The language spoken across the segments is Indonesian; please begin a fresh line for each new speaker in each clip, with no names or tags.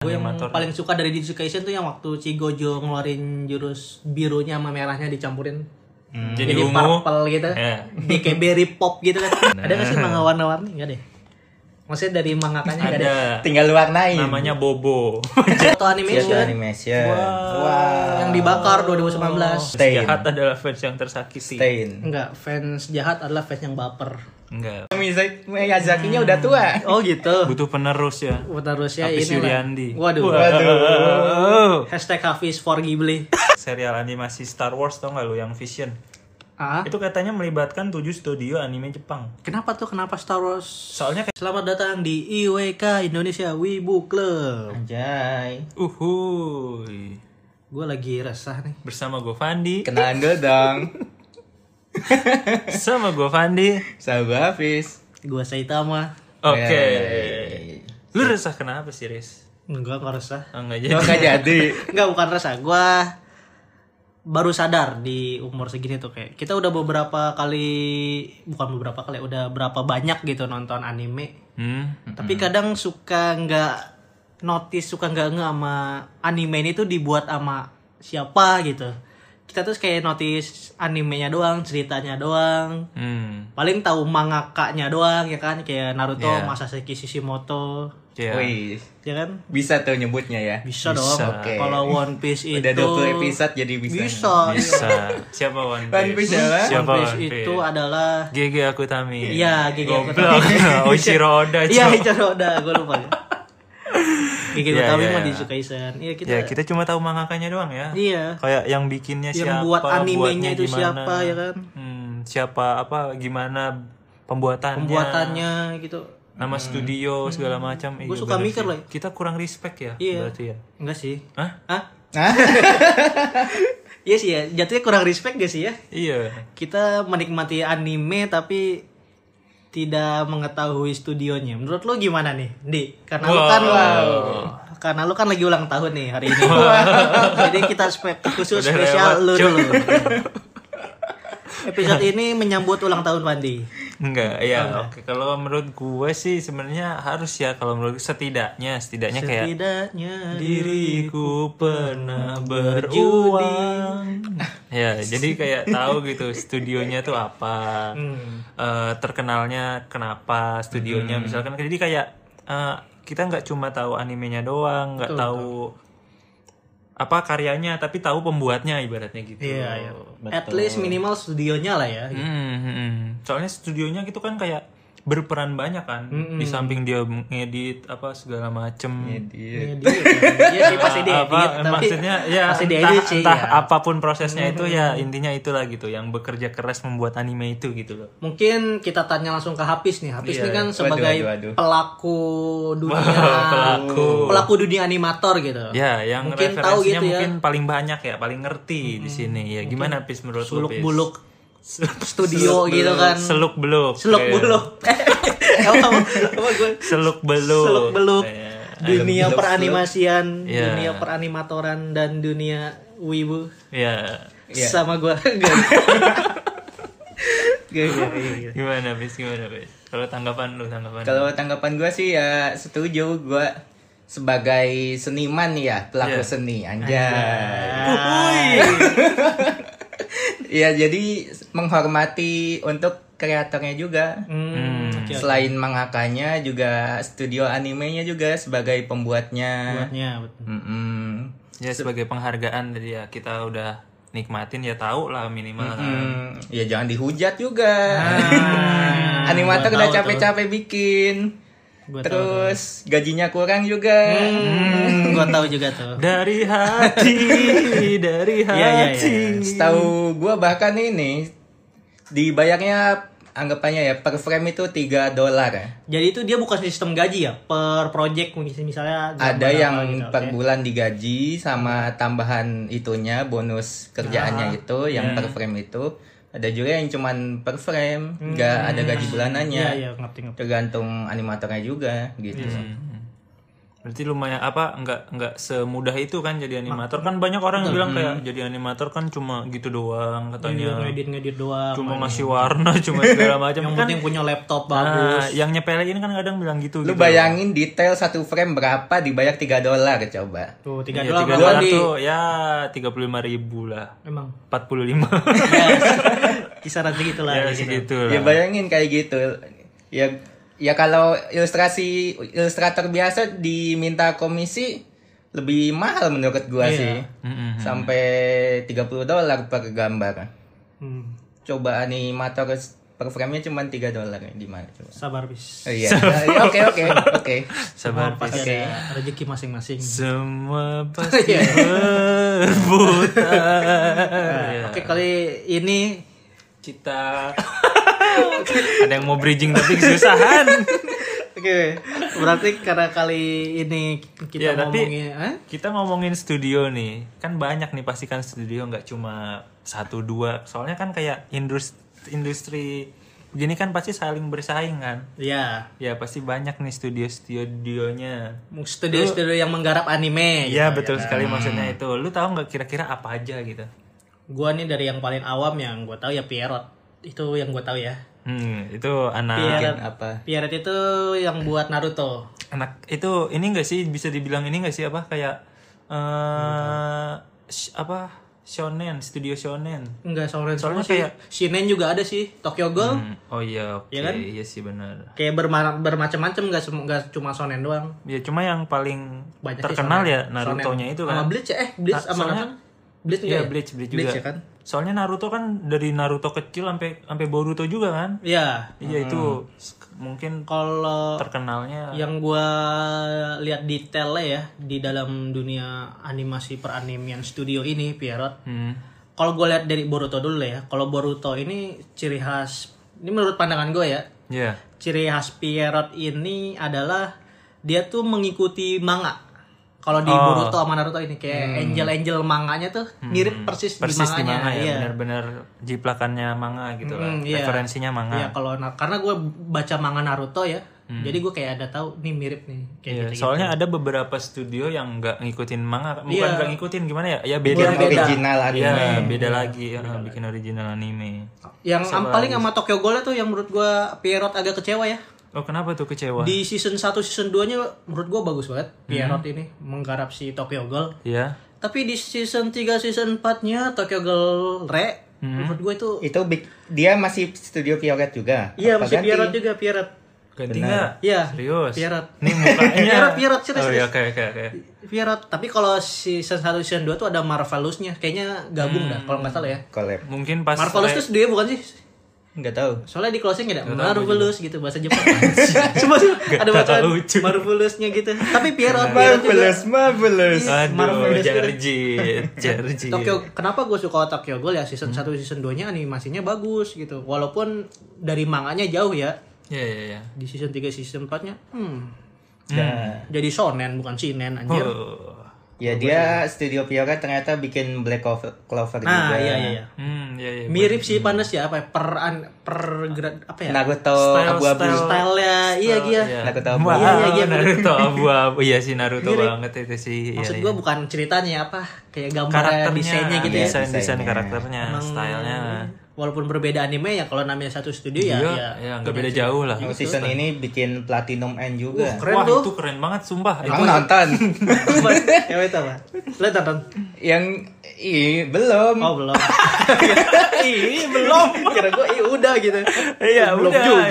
Gue yang
Animator.
paling suka dari Jujutsu Kaisen tuh yang waktu si Gojo ngeluarin jurus birunya sama merahnya dicampurin
Hmm. Jadi ungu. Nah.
purple gitu
Ya.
DKB pop gitu kan ada nggak sih manga warna-warni nggak deh maksudnya dari mangakanya nggak ada
Ada
Tinggal diwarnain.
namanya Bobo.
atau animation
Kyoto Iya, Animation.
yang dibakar 2019
Stain.
Jahat adalah fans yang tersakiti.
Stain.
Enggak, fans jahat adalah fans yang baper
Enggak.
Miyazaki- Miyazaki-nya udah tua.
oh gitu
Butuh penerus ya.
terusnya ini
Hafiz
lah.
Yuriandi.
waduh,
Oh.
hashtag Hafiz for Ghibli
Serial animasi Star Wars tau gak lu yang Vision?
ah
Itu katanya melibatkan 7 studio anime Jepang.
kenapa tuh kenapa Star Wars
Soalnya kayak
Selamat datang di IWK Indonesia Wibu Club.
Anjay.
uhuy.
Gue lagi resah nih.
Bersama gue Fandi.
Kenalan dulu dong.
Sama gue Fandi.
Sahabat Hafiz.
Gue Saitama.
Oke.
Iya, Yeay.
Lu resah kenapa sih, Riz?
Enggak nggak resah.
Oh, enggak
Oh,
jadi.
gak jadi.
Enggak bukan resah. Gue baru sadar di umur segini tuh kayak kita udah beberapa kali bukan beberapa kali udah berapa banyak gitu nonton anime.
Hmm.
Tapi kadang suka nggak notice suka nggak nge sama anime ini tuh dibuat sama siapa gitu. Kita tuh kayak notice animenya doang, ceritanya doang,
Hmm.
paling tahu mangakanya doang ya kan kayak Naruto,
Iya.
Masashi Kishimoto,
Ya.
Wih.
ya kan?
Bisa tuh nyebutnya ya.
Bisa, dong.
Oke.
Kalau One Piece itu
Udah 20 episode jadi bisa.
Bisa.
Bisa. Siapa One
One
Piece?
Piece siapa?
One
Siapa
Piece itu adalah
GG aku Tami.
Iya, GG aku Tami.
Goblok. Oh, Oshiro Oda.
Iya,
cuy.
Ichiro Oda, gue lupa. Gigi
Iya,
Utami
iya,
mah
iya.
disukai Sen. Iya, kita,
Ya, kita cuma tahu mangakanya doang ya.
Iya.
Kayak yang bikinnya
Yang
siapa,
buat animenya
buatnya
itu
gimana.
siapa, ya kan?
Hmm, siapa apa gimana pembuatannya.
pembuatannya gitu.
Nama studio segala macam. Iya,
suka
bener
mikir
sih.
loh.
Kita kurang respect ya
Iya.
berarti ya.
Enggak sih.
Hah?
Hah?
Hah?
Iya sih ya, jatuhnya kurang respect gak sih ya?
Iya.
kita menikmati anime tapi tidak mengetahui studionya. Menurut lo gimana nih, Di? Karena lu kan karena lu kan lagi ulang tahun nih hari ini. Jadi kita spe- khusus
Udah
spesial
lewat,
lu
cuy.
dulu. Episode ini menyambut ulang tahun Pandi.
Enggak, ya. Oke, kalau menurut gue sih sebenarnya harus ya kalau menurut gue setidaknya setidaknya kayak
Setidaknya
Diriku pernah beruang. ya, jadi kayak tahu gitu studionya tuh apa,
Hmm.
eh, terkenalnya kenapa studionya misalkan. Jadi kayak eh, kita nggak cuma tahu animenya doang, nggak tahu apa karyanya, tapi tahu pembuatnya ibaratnya gitu.
Iya, iya. At least minimal studionya lah ya.
Hmm, hmm, hmm. Soalnya studionya gitu kan kayak berperan banyak kan,
Hmm.
di samping dia ngedit apa segala macem.
Jadi.
Iya dia kan. Iya sih pasti dia
apa
edit, tapi
maksudnya ya
pasti dia
entah,
edit sih,
entah
ya. Hmm.
apapun prosesnya itu ya intinya itulah gitu yang bekerja keras membuat anime itu gitu loh
Mungkin kita tanya langsung ke Hafiz nih. Hafiz nih kan sebagai
Iya, waduh, waduh.
pelaku dunia
pelaku.
pelaku dunia animator gitu.
ya yang
Mungkin
referensinya
tahu gitu ya.
mungkin paling banyak ya paling ngerti di sini ya gimana pis menurut lu, Pis?
Buluk-buluk studio gitu kan.
seluk beluk
Seluk buluk.
ya.
Apa apa gue
seluk beluk
seluk beluk
Iya,
Kayak-
dunia peranimasian,
Iya.
dunia peranimatoran dan dunia wibu
ya
Iya.
sama gue.
gimana pis gimana pis kalau tanggapan lu tanggapan
Kalau tanggapan gue sih ya setuju gue sebagai seniman ya pelaku
Iya.
seni anjay.
Ah.
Iya jadi menghormati untuk kreatornya juga.
Hmm, oke, oke.
Selain mangakanya juga studio animenya juga sebagai pembuatnya.
Buatnya, betul.
Mm-mm.
ya sebagai penghargaan tadi ya kita udah nikmatin ya tahu lah minimal
Ah.
kan.
Hmm, ya jangan dihujat juga.
Ah.
Animator udah capek-capek bikin.
Gua tahu
Terus gajinya kurang juga.
Hmm, gue tahu juga tuh.
dari hati dari hati
Iya, iya, iya.
Setahu gua bahkan ini dibayarnya anggapannya ya per frame itu 3 dolar. ya.
Jadi itu dia bukan sistem gaji ya per project mungkin misalnya gambar
Ada yang
apa gitu,
per
oke.
bulan digaji sama tambahan itunya bonus
Ah,
kerjaannya itu
iya.
yang per frame itu. Ada juga yang cuman per frame, nggak
Hmm.
ada gaji bulanannya.
Iya iya ngerti ngerti. Hmm.
Tergantung animatornya juga gitu.
Berarti lumayan apa nggak nggak semudah itu kan jadi animator kan banyak orang yang bilang kayak jadi animator kan cuma gitu doang katanya
ngedit ngedit doang
cuma ngasih warna cuma segala macam
yang
kan
penting punya laptop
nah,
bagus
yang nyepelin kan kadang bilang gitu
Lu
gitu.
bayangin detail satu frame berapa dibayar 3 dolar coba.
tuh tiga
Ya,
dolar
tiga
mahal
dolar
di
tuh ya tiga puluh lima ribu lah
emang
empat puluh lima
ya, kisaran segitu lah
ya
ya, gitu.
segitu
Ya
lah
bayangin kayak gitu. Ya ya kalau ilustrasi ilustrator biasa diminta komisi lebih mahal menurut gua
Iya.
sih.
Hmm,
Mm-mm.
Sampai 30 dolar per gambar.
Hmm,
Coba animator per frame-nya cuma 3 dolar ya, di mana coba.
sabar bis
Oh, Iya. Ya, Oke oke oke.
Eh, sabar
pasti
Oke.
ada rezeki masing-masing
semua pasti berputar Ya.
oke kali ini
kita ada yang mau bridging tapi kan? kesusahan
Oke, berarti karena kali ini kita
Ya, tapi-
ngomongin, eh?
kita ngomongin studio nih kan banyak nih pastikan studio nggak cuma satu dua soalnya kan kayak industri industri begini kan pasti saling bersaing kan
ya,
ya pasti banyak nih studio studionya
studio-studio yang menggarap anime.
Iya betul sekali maksudnya itu lu tahu nggak kira-kira apa aja gitu
Gua nih dari yang paling awam yang gua tahu ya Pierrot. Itu yang gua tahu ya.
hmm itu anak
Pierrot,
Apa?
Pierrot itu yang buat Naruto.
anak itu ini enggak sih bisa dibilang ini enggak sih apa kayak eh sh- apa shonen studio shonen
Enggak soalnya
Soalnya
soalnya sih.
kayak-
Shinen juga ada sih, Tokyo Ghoul.
Hmm, oh iya oke
Iya kan?
iya sih benar
Kayak berma- bermacam-macam enggak cuma shonen doang.
ya cuma yang paling
Banyak sih
terkenal
shonen.
ya Naruto nya
Shonen.
itu
Sama
kan
Bleach ya? eh Bleach
Nah,
sama
soalnya-
apa? Bleach
Iya
enggak ya?
Bleach Bleach juga
Bleach ya kan?
soalnya Naruto kan dari Naruto kecil sampai sampai Boruto juga kan
Iya.
iya itu s- mungkin
Kalau
terkenalnya
yang gua lihat detailnya ya di dalam dunia animasi peranimian studio ini Pierrot
hmm,
kalau gua lihat dari Boruto dulu lah ya kalau Boruto ini ciri khas ini menurut pandangan gue ya
ya
ciri khas Pierrot ini adalah dia tuh mengikuti manga kalau
Oh.
di Boruto sama Naruto ini kayak angel-angel manganya tuh mirip persis,
Hmm. persis
di
di
manganya
manga ya
iya.
benar-benar jiplakannya manga gitu lah
Hmm, iya.
referensinya manga Hmm.
Iya, kalau na- karena gue baca manga Naruto ya jadi gue kayak ada tahu nih mirip nih kayak
Iya,
gitu
soalnya ada beberapa studio yang nggak ngikutin manga, bukan
Iya.
nggak ngikutin gimana ya? Ya beda,
Yang beda.
Original anime.
Iya, beda lagi, ya, bikin original anime.
Yang am- paling sama Tokyo Ghoul tuh yang menurut gua Pierrot agak kecewa ya.
Oh, kenapa tuh kecewa?
Di season 1 season 2-nya menurut gua bagus banget Pierrot ini menggarap si Tokyo Ghoul.
Iya.
Tapi di season 3 season 4-nya Tokyo Ghoul Re menurut gua itu
Itu big- dia masih studio Pioret juga.
Iya,
Apa
masih
ganti?
Pierrot juga Pierrot.
Ganti nggak?
Iya.
Serius.
Pierrot.
Nih mukanya.
Pierrot, Pierrot, serius,
Oh, iya,
serius.
oke, oke, oke.
Pierrot. Tapi kalau season 1 season 2 tuh ada Marvelous-nya. Kayaknya gabung dah kalau nggak salah ya.
Collab.
Mungkin pas
Marvelous itu studio bukan sih?
Nggak tahu.
Soalnya di closing ada Marvelous gitu bahasa Jepang. Cuma ada bacaan
tahu lucu.
Marvelous-nya gitu. Tapi Pierrot, Pierrot juga.
marvelous.
Aduh,
Marvelous gitu.
Jarjit, Jarjit.
Tokyo kenapa gue suka Tokyo Ghoul ya
Hmm.
season 1 season 2 nya animasinya bagus gitu walaupun dari manganya jauh ya
Iya, iya, iya.
di season 3 season 4 nya hmm,
Nah,
jadi shonen bukan shinen anjir
Oh.
Ya dia studio Pioret ternyata bikin Black Clover, Clover
nah
juga.
iya iya iya
Hmm, iya, iya.
mirip sih panas ya apa ya, per an- per grad- apa ya
Naruto
Style-
abu-abu.
style-
style ya iya iya
Iya.
Naruto abu.
Wow,
Iya, iya, bener.
Naruto abu-abu. Iya sih Naruto banget itu sih. Iya,
maksud
iya.
gue bukan ceritanya apa kayak gambar
karakternya iya,
desainnya gitu ya
desain desain
Desainnya.
karakternya stylenya
walaupun berbeda anime ya kalau namanya satu studio ya
iya
ya,
ya nggak beda jauh lah
Oh, season ini bikin Platinum End juga.
keren
wah
tuh Iya,
itu keren banget sumpah
Kamu nonton?
apa ya itu apa lo tonton
Yang i belum.
Oh belum. Ih belum. Kira gue iya udah gitu.
iya
belum
udah
juga.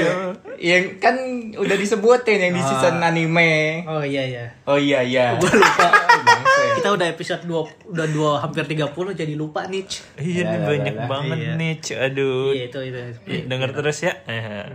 iya.
Yang kan udah disebutin yang di season anime.
Oh iya iya.
Oh iya iya.
Gue lupa.
Oh,
Bangsa.
Kita udah episode 2 udah 2 hampir 30 jadi lupa nih.
iya ini banyak banget nih cu. aduh
Iya itu itu.
denger terus ya Eh,
Eh,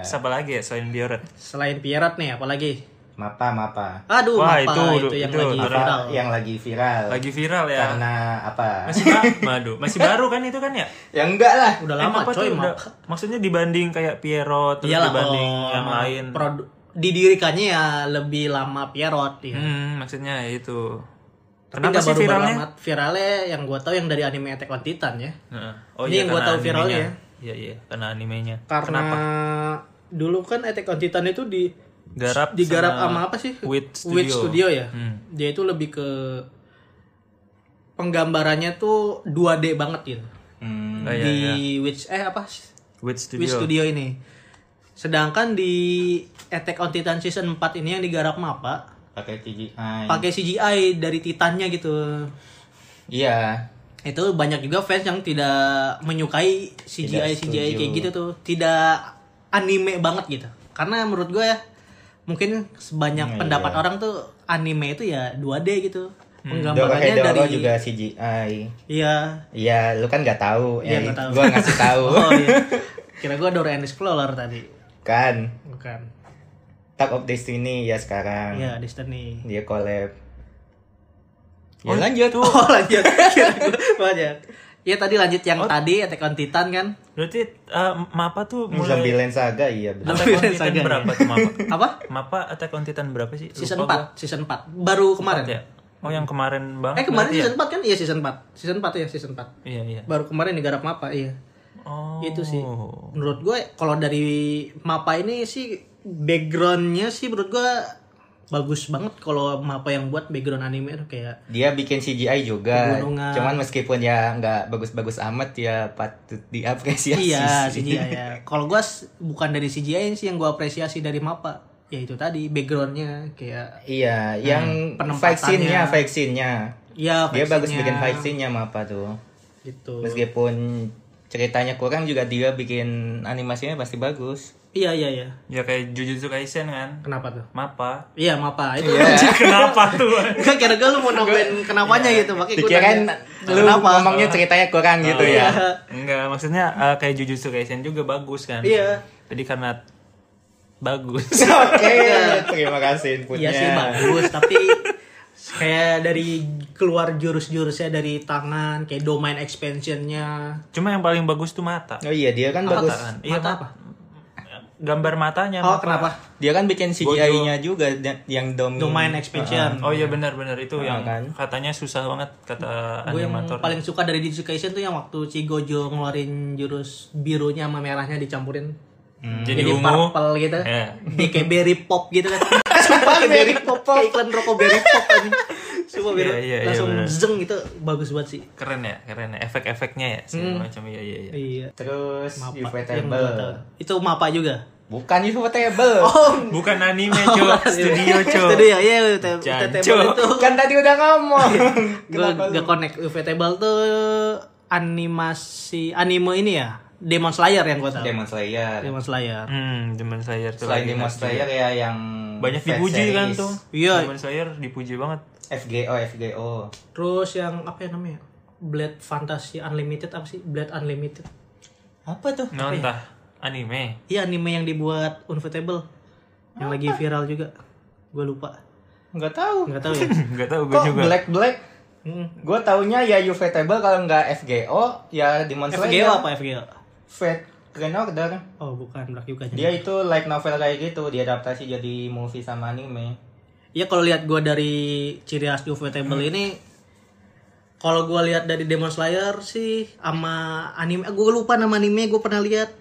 terus apa lagi ya selain Bioret
Selain Pierrot nih apalagi?
mapa mapa.
Aduh,
Wah,
apa
itu-
itu, yang
itu-
lagi
itu-
viral.
Apa Yang lagi viral.
lagi viral ya
Karena apa?
masih baru aduh masih baru kan itu kan ya
Ya enggak lah.
Udah
Emang
lama
apa
coy,
tuh
mak.
udah- maksudnya dibanding kayak Pierrot terus
Iyalah, oh,
dibanding
kalau
yang lain
produ- didirikannya ya lebih lama Pierrot ya.
hmm, maksudnya ya itu
Tapi
kenapa
nggak
sih
baru-baru
viralnya
amat. viralnya yang gue tahu yang dari anime Attack on Titan ya.
Heeh.
Ini yang gua
Nah, oh karena iya,
tahu viralnya ya.
animenya. Iya iya, karena animenya.
karena dulu kan Attack on Titan itu di
Garap
digarap sama apa sih?
With Studio. Hmm.
With Studio ya. Dia itu lebih ke penggambarannya tuh 2D banget gitu.
Hmm,
Ah, iya,
di
iya.
Witch eh apa?
With Studio.
Witch Studio ini. Sedangkan di Attack on Titan season 4 ini yang digarap Mapa
pakai
Hmm.
CGI
pakai CGI dari Titannya gitu.
iya
Itu banyak juga fans yang tidak menyukai CGI
Tidak
CGI
setuju.
kayak gitu tuh. Tidak anime banget gitu. Karena menurut gue ya mungkin
Iya.
sebanyak pendapat orang tuh anime itu ya 2D gitu.
Hmm. Doro
Penggambarannya
Hedoro
dari
juga CGI
Iya.
Iya, lu kan nggak tahu.
Iya,
Eh,
nggak tahu.
Gua ngasih tahu.
Oh iya. Kira gue Dora and Explorer tadi.
kan.
Bukan.
Tag of Destiny ya sekarang.
Iya, Destiny.
Dia collab.
Ya, lanjut.
Oh lanjut, Kira gua lanjut. Ya tadi lanjut yang
Oh.
tadi Attack on Titan kan?
Berarti eh, Mapa tuh mulai
Zombieland Saga iya benar.
Attack on
Zombieland
Titan
Saga, ya.
berapa tuh Mapa?
Apa?
Mapa Attack on Titan berapa sih? Lupa
Season
gua.
4, season 4. Baru kemarin.
Ya. Oh, yang kemarin
Eh
banget.
kemarin
berarti ya?
season 4 kan? Iya season 4. Season 4 ya season 4.
Iya, iya.
Baru kemarin digarap Mapa, iya.
Oh.
Itu sih. Menurut gue kalau dari Mapa ini sih backgroundnya sih menurut gue bagus banget kalau Mapa yang buat background anime tuh kayak
Dia bikin CGI juga.
Pegunungan.
Cuman meskipun ya nggak bagus-bagus amat ya patut diapresiasi.
Iya
sih.
CGI ya. Kalau gue bukan dari CGI sih yang gue apresiasi dari Mapa. Ya itu tadi backgroundnya kayak
Iya,
Hmm,
yang
penempatannya.
vaksinnya, vaksinnya.
ya
Dia bagus
fiction-nya,
bikin vaksinnya sama apa tuh.
gitu.
Meskipun ceritanya kurang juga dia bikin animasinya pasti bagus.
Iya iya iya.
Ya kayak Jujutsu Kaisen kan.
Kenapa tuh?
Mapa.
Iya, mapa itu.
Kenapa tuh?
Kan kira-kira lu mau nambahin kenapanya gitu, pakai gua
Iya. Dikirain
nanya,
lu
kenapa? Oh. Iya.
ngomongnya ceritanya kurang gitu ya.
Enggak, maksudnya eh, kayak Jujutsu Kaisen juga bagus kan.
Iya.
Jadi karena bagus.
Oke, terima kasih inputnya.
Iya sih bagus, tapi kayak dari keluar jurus-jurusnya dari tangan, kayak domain expansionnya.
Cuma yang paling bagus tuh mata.
Oh iya, dia kan bagus.
kan? Iya,
Mata
Mapa.
apa?
Gambar matanya.
Oh,
Mapa.
kenapa?
Dia kan bikin CGI-nya juga da- yang
Hmm.
dom
Domain expansion.
Oh iya benar-benar itu yang
kan?
katanya susah banget kata
Gue yang
animator.
paling suka dari Jujutsu Kaisen tuh yang waktu Chigojo ngeluarin jurus birunya sama merahnya dicampurin.
Hmm. Jadi,
Jadi
ungu.
purple gitu.
Iya.
Dia kayak berry pop gitu kan. Sumpah kayak berry pop. Kayak iklan rokok berry pop kan. Sumpah berry
Iya, iya, iya,
langsung
bener.
zeng gitu bagus banget sih.
Keren ya, keren ya. Efek-efeknya ya
Hmm.
segala macam iya iya iya.
Iya.
Terus
Mapa. Yang gua tahu.
Ufotable.
Itu mapa juga.
Bukan Ufotable.
Oh, iya.
Bukan anime, Cok. Studio, Cok.
Studio ya UT
Jancu.
UTTable itu.
Kan tadi udah ngomong.
Gue
Kenapa lu?
gak connect UVTable tuh animasi anime ini ya. Demon Slayer yang gue tahu.
Demon Slayer.
Demon Slayer.
Hmm, Demon Slayer tuh
Selain
lagi
Demon
naik
Slayer ya yang
juga. banyak
fan
dipuji kan
series.
tuh.
Iya.
Demon Slayer dipuji banget.
FGO, FGO.
Terus yang apa ya namanya? Blade Fantasy Unlimited apa sih? Blade Unlimited.
Apa tuh?
Nah,
ya?
entah anime.
Iya anime yang dibuat Unfitable yang lagi viral juga. Gue lupa.
Nggak tahu.
Nggak tahu ya.
Enggak tahu gue
Kok
juga.
Black Black?
Mm.
Gue taunya ya Ufotable kalau nggak FGO ya Demon
FGO
Slayer.
apa FGO?
Fate Grand Order.
Oh bukan Black Yuga.
Dia itu like novel kayak gitu, diadaptasi jadi movie sama anime.
Iya kalau lihat gue dari ciri khas Unfitable
Hmm.
ini, kalau gue lihat dari Demon Slayer sih sama anime, gue lupa nama anime gue pernah lihat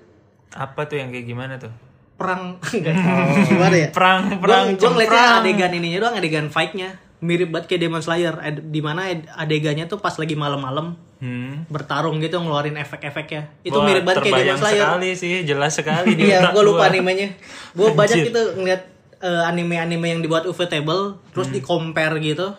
Apa tuh yang kayak gimana tuh?
perang Nggak tahu. gimana ya?
Hmm. Perang, perang,
Gue ngeliatnya
cemprang.
adegan ininya doang adegan fightnya mirip banget kayak Demon Slayer, Ad- di mana ad- adegannya tuh pas lagi malam-malam
Hmm.
bertarung gitu ngeluarin efek-efeknya itu
Wah,
mirip banget kayak Demon
terbayang
Slayer
sekali sih, jelas sekali di
Iya,
otak
gue lupa
gua.
animenya. Gue banyak
Anjir.
gitu ngeliat eh, anime-anime yang dibuat UV Table, terus
Hmm.
di compare gitu.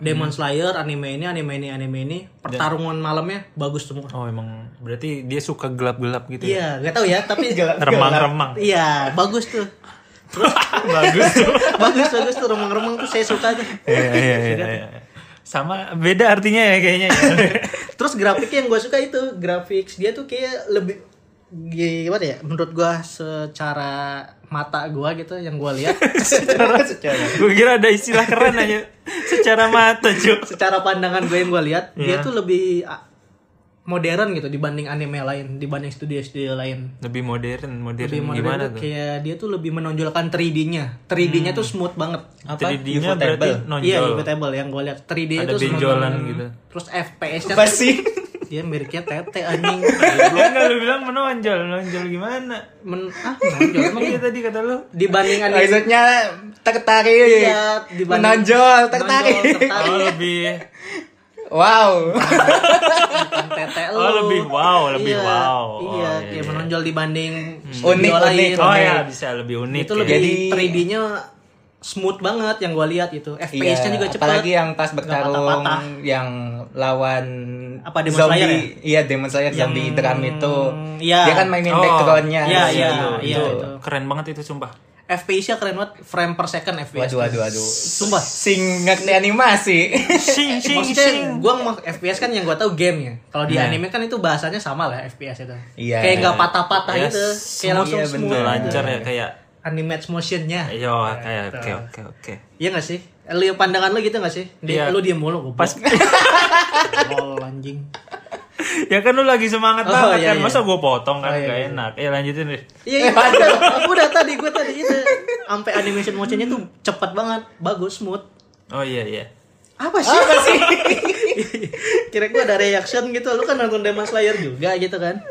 Demon Slayer, anime ini, anime ini, anime ini, pertarungan
Ya.
malamnya bagus semua.
Oh, emang berarti dia suka gelap-gelap gitu ya.
Iya, gak tau ya, tapi
Remang-remang.
iya bagus tuh,
Bagus tuh.
bagus bagus tuh remang-remang tuh saya suka tuh.
Iya, iya, iya, iya. Sama beda artinya ya kayaknya ya.
Terus grafiknya yang gue suka itu grafik dia tuh kayak lebih gimana ya? Menurut gue secara mata gue gitu yang gue lihat
Gue kira ada istilah keren aja secara mata, Cuk.
secara pandangan gue yang gue lihat dia
Iya.
tuh lebih ah, modern gitu dibanding anime lain dibanding studio-studio lain
Lebih modern, modern,
lebih modern
Iya, gimana
tuh
tuh?
kayak dia tuh lebih menonjolkan 3D-nya 3D-nya tuh smooth banget
Apa?
3D-nya
Ufotable.
berarti
iya
nonjol.
Ufotable yang gue lihat 3D
Ada
itu smooth
benjolan
banget.
gitu.
terus FPS-nya
Apa sih?
dia meriknya tete anjing
Ya, Enggak lu bilang menonjol, menonjol gimana?
Men ah menonjol emang
Iya tadi kata lu.
dibanding anime
Kan Maksudnya tertarik.
Iya, dibanding-
menonjol, tertarik.
menonjol, tertarik.
Oh lebih
Wow.
Bukan tete lu.
Oh, lebih wow, lebih
Iya,
wow.
Iya,
Oh, iya,
ya
iya.
menonjol dibanding
Hmm. Unik,
video lain.
unik.
Oh ya bisa lebih unik.
Itu
ya.
lebih
Jadi-
3D-nya smooth banget yang gua lihat gitu. itu. FPS-nya juga cepat.
Iya, apalagi yang pas bertarung
patah-patah.
yang lawan
Apa, Demon
zombie,
Slayer ya?
iya Demon Slayer zombie drum itu,
iya.
dia kan mainin
Oh,
backgroundnya,
iya,
di
iya,
situ,
iya,
gitu.
itu.
Keren banget itu sumpah.
FPS-nya keren banget frame per second FPS.
waduh, waduh, waduh,
Sumpah.
sing ngerti animasi,
Sing sing
Maksudnya
sing.
gua ngomong FPS kan yang gua tahu gamenya. Kalau di
Nah.
anime kan itu bahasanya sama lah FPS itu.
Iya.
Kayak nggak patah-patah
Ya,
gitu, kayak
smooth,
langsung
iya,
smooth.
Udah
bener.
lancar ya kayak
Animate motionnya.
Yo, kayak oke oke oke.
Iya gak sih? Lu pandangan lu gitu gak sih? Di,
Iya.
Lu diem mulu goblok.
Pas
Lol, anjing.
ya kan lu lagi semangat
Oh,
banget
iya,
kan.
iya.
Masa gua potong kan
Oh, iya,
nggak
iya.
enak. Ya lanjutin deh.
Iya, iya udah, udah tadi gue tadi itu sampai animation motionnya tuh cepet banget, bagus, smooth.
Oh iya iya.
Apa sih? Apa sih? Kira gue ada reaction gitu, lu kan nonton Demon Slayer juga gitu kan?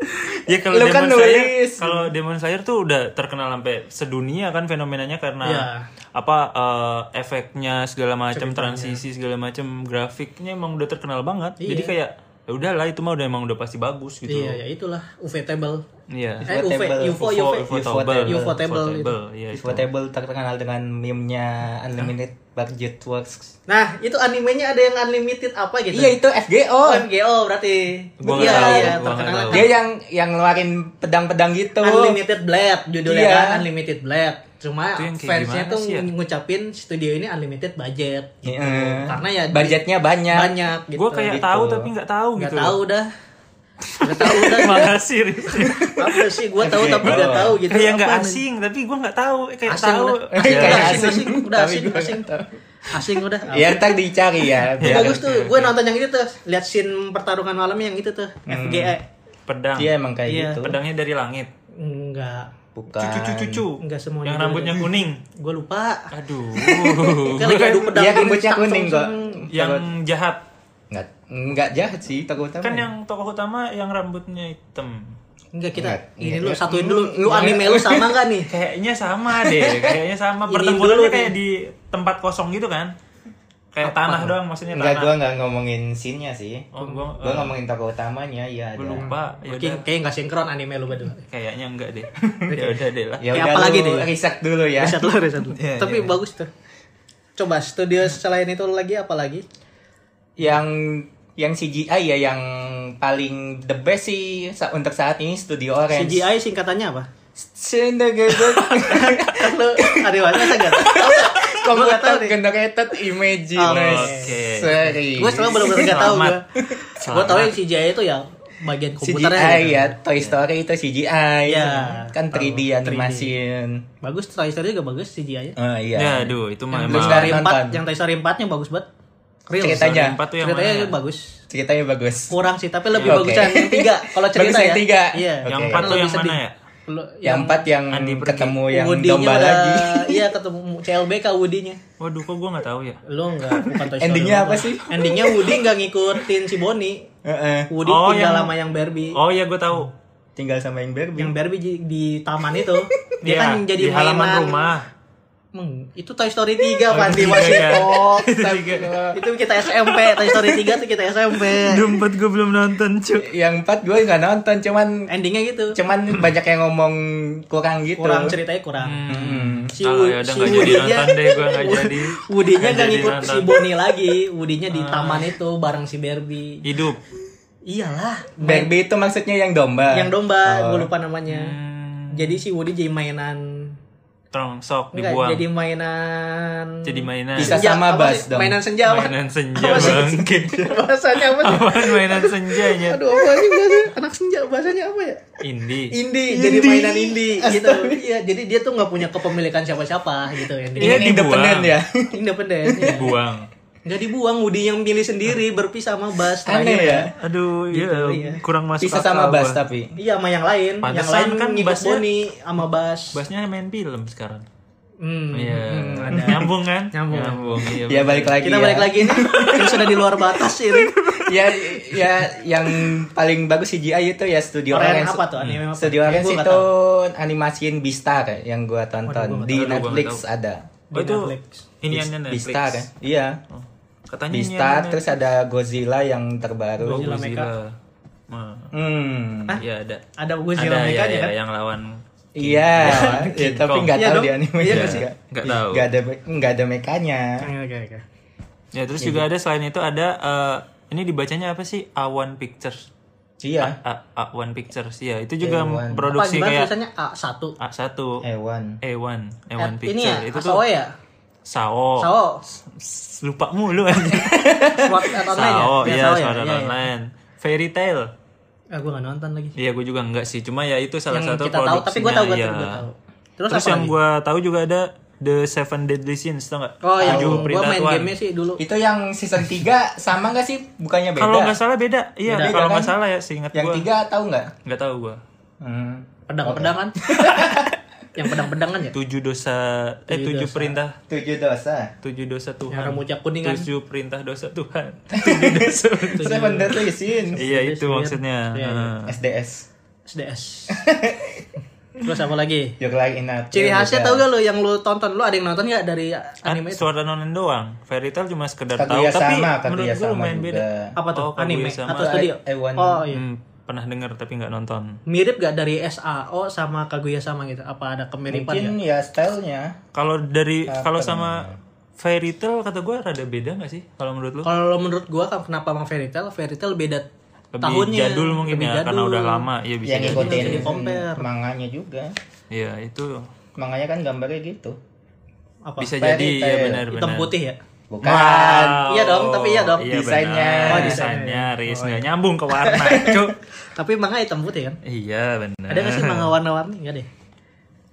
Ya kalau
Lu
Demon
kan
Slayer,
nulis.
kalau Demon Slayer tuh udah terkenal sampai sedunia kan fenomenanya karena
Iya.
apa eh, efeknya segala macam, transisi segala macam, grafiknya emang udah terkenal banget. Jadi kayak ya udahlah itu mah udah emang udah pasti bagus gitu.
Iya, ya itulah ufotable.
Iya.
Eh, UV, UFO, UFO,
Ufotable.
Ufotable itu.
Ufotable, Iya. itu.
Portable terkenal dengan meme-nya Unlimited Budget Works.
Nah, itu animenya ada yang unlimited apa gitu?
Iya itu
Oh,
FGO.
MGO berarti.
Gua nggak
iya,
tahu,
iya,
gua
terkenal
nggak tahu.
kan.
Dia yang yang ngeluarin pedang-pedang gitu.
Unlimited Blade judulnya
Iya.
kan Unlimited Blade. Cuma
Itu yang kayak
fansnya
gimana
tuh
sih ya?
ngucapin studio ini unlimited budget.
Iya.
Karena ya di-
budgetnya banyak.
banyak gitu.
Gue kayak
gitu.
tahu tapi nggak tahu
nggak
gitu.
tahu dah. Nggak tahu dah.
Makasih. Riz.
Apa sih gue tahu tapi nggak tahu gitu.
kayak nggak
Apaan?
asing tapi gue nggak tahu. Eh, Kayak
Asing Iya.
tahu.
udah. Asing,
Ya.
udah,
Kayak
asing,
asing.
asing, udah
Tapi
asing,
gua nggak
asing.
tahu.
Asing udah.
Iya.
Ya ntar dicari ya.
Itu
biar-
bagus tuh, gue nonton yang itu tuh, lihat scene pertarungan malam yang itu tuh,
Hmm.
FGE.
Pedang.
Dia emang kayak
Iya.
gitu.
Pedangnya dari langit.
Enggak,
Bukan.
Cucu-cucu.
enggak semua.
Yang rambutnya Oh. kuning.
gue lupa.
Aduh.
Kan lagi adu pedang. gini,
Iya,
Dia Iya, rambutnya
cang,
kuning
cang,
kok.
cang.
yang jahat.
Nggak, nggak jahat sih tokoh utama.
Kan
ya?
yang tokoh utama yang rambutnya hitam.
Enggak kita
Enggak,
ini
iya,
lu
ya.
iya.
satuin dulu. Lu
Iya.
anime lu sama enggak nih?
Kayaknya sama deh, kayaknya sama.
Ini dulu
Pertempurannya
nih.
kayak di tempat kosong gitu kan. Kayak tanah doang maksudnya
Enggak,
tanah.
gua nggak ngomongin scene-nya sih.
Oh, gua,
Gua ngomongin tokoh utamanya ya
gua
ada.
lupa. Ya
Oke, kayaknya enggak sinkron anime lu berdua.
Kayaknya enggak deh. ya udah deh lah.
Ya
Kayak
udah
apa lagi
lagi
deh?
Riset dulu ya.
Riset lu, riset lu.
Iya, Hmm.
Tapi bagus tuh. Coba studio selain itu lagi apa lagi?
Yang yang CGI ya yang paling the best sih sa- untuk saat ini Studio Orange.
CGI singkatannya apa?
Sendegedeg.
Kan lu ada masa enggak? Gua nggak tahu
Komputer
deh.
generated
Oke.
imagination.
Gue selalu benar-benar enggak tahu
Selamat.
gue. Gue tahu yang CGI itu ya bagian komputernya.
CGI
gitu.
ya, Toy Story itu CGI.
Iya.
Kan 3D
Tahu,
animation.
Bagus, Toy Story juga bagus CGI-nya.
Ah iya.
Ya aduh, itu mah
Yang Toy
emang
Belum
Story
nonton.
4, yang Toy Story 4-nya bagus banget. Real.
Ceritanya.
Story empat tuh yang
Ceritanya
mana ya?
bagus.
Ceritanya bagus.
Kurang sih, tapi lebih
Oke.
bagusan yang 3 kalau cerita
Bagus
ya.
yang tiga.
Iya.
Oke.
Yang empat
Karena
tuh
lebih
yang
sedih.
mana ya?
Lu-
Yang empat yang
Andi pergi.
ketemu yang
Woody-nya
domba
udah-
lagi.
Iya ketemu CLBK Woody-nya.
Waduh, kok gua nggak tahu ya.
Lu enggak bukan Toy Story
Endingnya
lu
apa
nggak.
sih?
Endingnya Woody enggak ngikutin si Bonnie.
Heeh.
Woody
Oh,
tinggal
yang-
lama yang Barbie.
Oh iya, gua tahu.
Tinggal sama yang Barbie.
Yang Barbie di, di taman itu. Dia
Iya,
kan jadi
di halaman
mainan.
rumah.
Meng, itu Toy Story 3 Pak di
tiga,
masih
ya.
kok. Itu kita SMP, Toy Story 3 tuh kita SMP.
Dompet gua belum nonton, cuy.
Yang empat gue nggak nonton, cuman
Endingnya gitu.
cuman banyak yang ngomong kurang gitu.
Kurang ceritanya kurang. Hmm. Si,
Ah,
Woody
ya udah nggak jadi nonton deh, gua nggak jadi.
Woody-nya
Nggak
gak
jadi
ngikut
nonton. Ah.
si Bonnie lagi. Woody-nya di taman itu bareng si Barbie.
Hidup.
Iyalah, main-
Barbie itu maksudnya yang domba.
yang domba, gue lupa namanya.
Hmm,
Jadi si Woody jadi mainan
Trongsok
enggak
dibuang.
jadi mainan
Jadi mainan.
Bisa
Senja,
sama
apa
Bas
sih?
dong.
Mainan senja apa?
Mainan senja
Apa sih?
bangke.
Bahasanya apa sih?
Apaan mainan senjanya?
Aduh, apa sih bahasanya? Anak senja bahasanya apa ya?
Indie.
Indie, jadi mainan indie gitu. Iya, jadi dia tuh nggak punya kepemilikan siapa-siapa gitu yang
Iya,
Ini independen
dibuang.
ya.
independen. ya.
Buang.
Nggak dibuang, Woody yang pilih sendiri berpisah sama Bas
Aneh
terakhir
ya.
Aduh,
Gitu,
iya,
iya.
kurang masuk
Bisa
akal
sama Bas
gua.
tapi.
Iya sama yang lain, yang
Pantesan
lain
kan
kan ngikut
Basnya-
Boni sama Bas.
Basnya main film sekarang.
Hmm.
Iya. Nyambung kan?
Nyambung.
Iya.
Ya balik lagi.
Kita
ya.
balik lagi nih, yang sudah di luar batas ini.
ya ya yang paling bagus CGI itu ya Studio
Korean
Orange.
apa tuh anime apa?
Studio
Ini
Orange
gua nggak
itu
tahu.
animasiin Beastar yang gua tonton di
tahu.
Netflix
Gua nggak
ada.
Oh, itu
Netflix. kan?
ini aneh Netflix.
Beastar ya? Iya.
Oh, Katanya ini
Beastar
aneh.
terus ada Godzilla yang terbaru.
Godzilla Mecha.
Nah,
Hmm.
ya ada.
Ada Godzilla
ada,
Mecha
ya,
nya
ya,
kan?
yang lawan
Iya, ya,
Oh, King
tapi
Kong.
nggak
Iya
tahu
dong.
di anime
Iya,
juga.
nggak sih, Kak?
Nggak tahu.
Nggak ada nggak ada mekanya.
Oke, oke, oke.
Ya terus
Iya,
juga ada selain itu ada eh, ini dibacanya apa sih? A1 Pictures.
Iya.
A, A1 Pictures ya. Itu juga
A1.
Apa
produksi
gimana
kayak
tulisannya A1?
A1,
Hewan.
A1, A1
Eh, Ini
Pictures.
ya,
itu tuh Oh.
Sao ya?
Sao.
Sao.
S- Lupa mulu anjing.
Sword Art Online ya?
Sao, iya,
Sao ya?
Sword
Iya,
Art
iya.
Online. Fairy Tail.
Ah, gue gak nonton lagi.
Iya, gue juga enggak sih. Cuma ya itu salah
Yang
satu
kita tahu, tapi gue tahu, gue
produksinya,
tahu. gua
iya.
tahu. Terus,
Terus,
apa
yang
lagi?
gue tahu juga ada The Seven Deadly Sins, tau nggak?
Oh, yang
Tujuh
gue
perintah
main
Tuhan.
gamenya sih dulu.
Itu yang season 3 sama nggak sih? Bukannya beda?
Kalau nggak salah beda, iya.
Beda,
Kalau nggak
kan?
salah ya, seingat
yang
gue.
tiga tahu nggak?
Nggak tahu gue.
Hmm.
Pedang-pedang kan? yang pedang-pedang kan ya?
Tujuh dosa, eh tujuh perintah,
Tujuh dosa.
tujuh dosa
Yang
Tuhan.
rambutnya kuning kan?
Tujuh perintah dosa Tuhan. Tujuh dosa.
Seven Deadly Sins.
iya itu maksudnya.
Iya,
Heeh.
SDS.
SDS. Terus apa lagi?
Your Life in
Ya,
a
Ciri khasnya tau gak lo yang lo tonton? Lo ada yang nonton gak dari
An-
anime itu?
Sword Art Online Kan doang. Fairy Tail cuma sekedar tahu,
Kaguya
tapi
ya sama,
menurut
Kaguya
gue
sama
lumayan beda.
juga.
Apa tuh?
Oh, Kaguya
anime
sama.
atau studio?
I- I want-
Oh iya.
Hmm, pernah dengar tapi nggak nonton.
Mirip gak dari SAO sama Kaguya sama gitu? Apa ada kemiripan
Mungkin
ya?
ya stylenya.
Kalau dari kalau sama Fairy Tail kata gue rada beda nggak sih? Kalau menurut lu?
Kalau menurut gua kan kenapa Bang Fairy Tail? Fairy Tail beda
Lebih
tahunnya.
jadul mungkin
Lebih
ya
jadul.
karena udah lama ya bisa.
Yang
jadi.
ngikutin
Jadi compare.
manganya juga.
Iya itu
Manganya kan gambarnya gitu.
Apa?
bisa
Fairy
jadi ya
Tail.
benar-benar.
hitam putih ya?
Bukan.
Iya dong, tapi iya dong.
Desainnya.
Oh,
Oh,
desainnya Riz nggak nyambung ke warna, Cuk.
Tapi manga hitam putih kan?
Iya benar.
Ada gak sih manga warna-warni? Gak deh.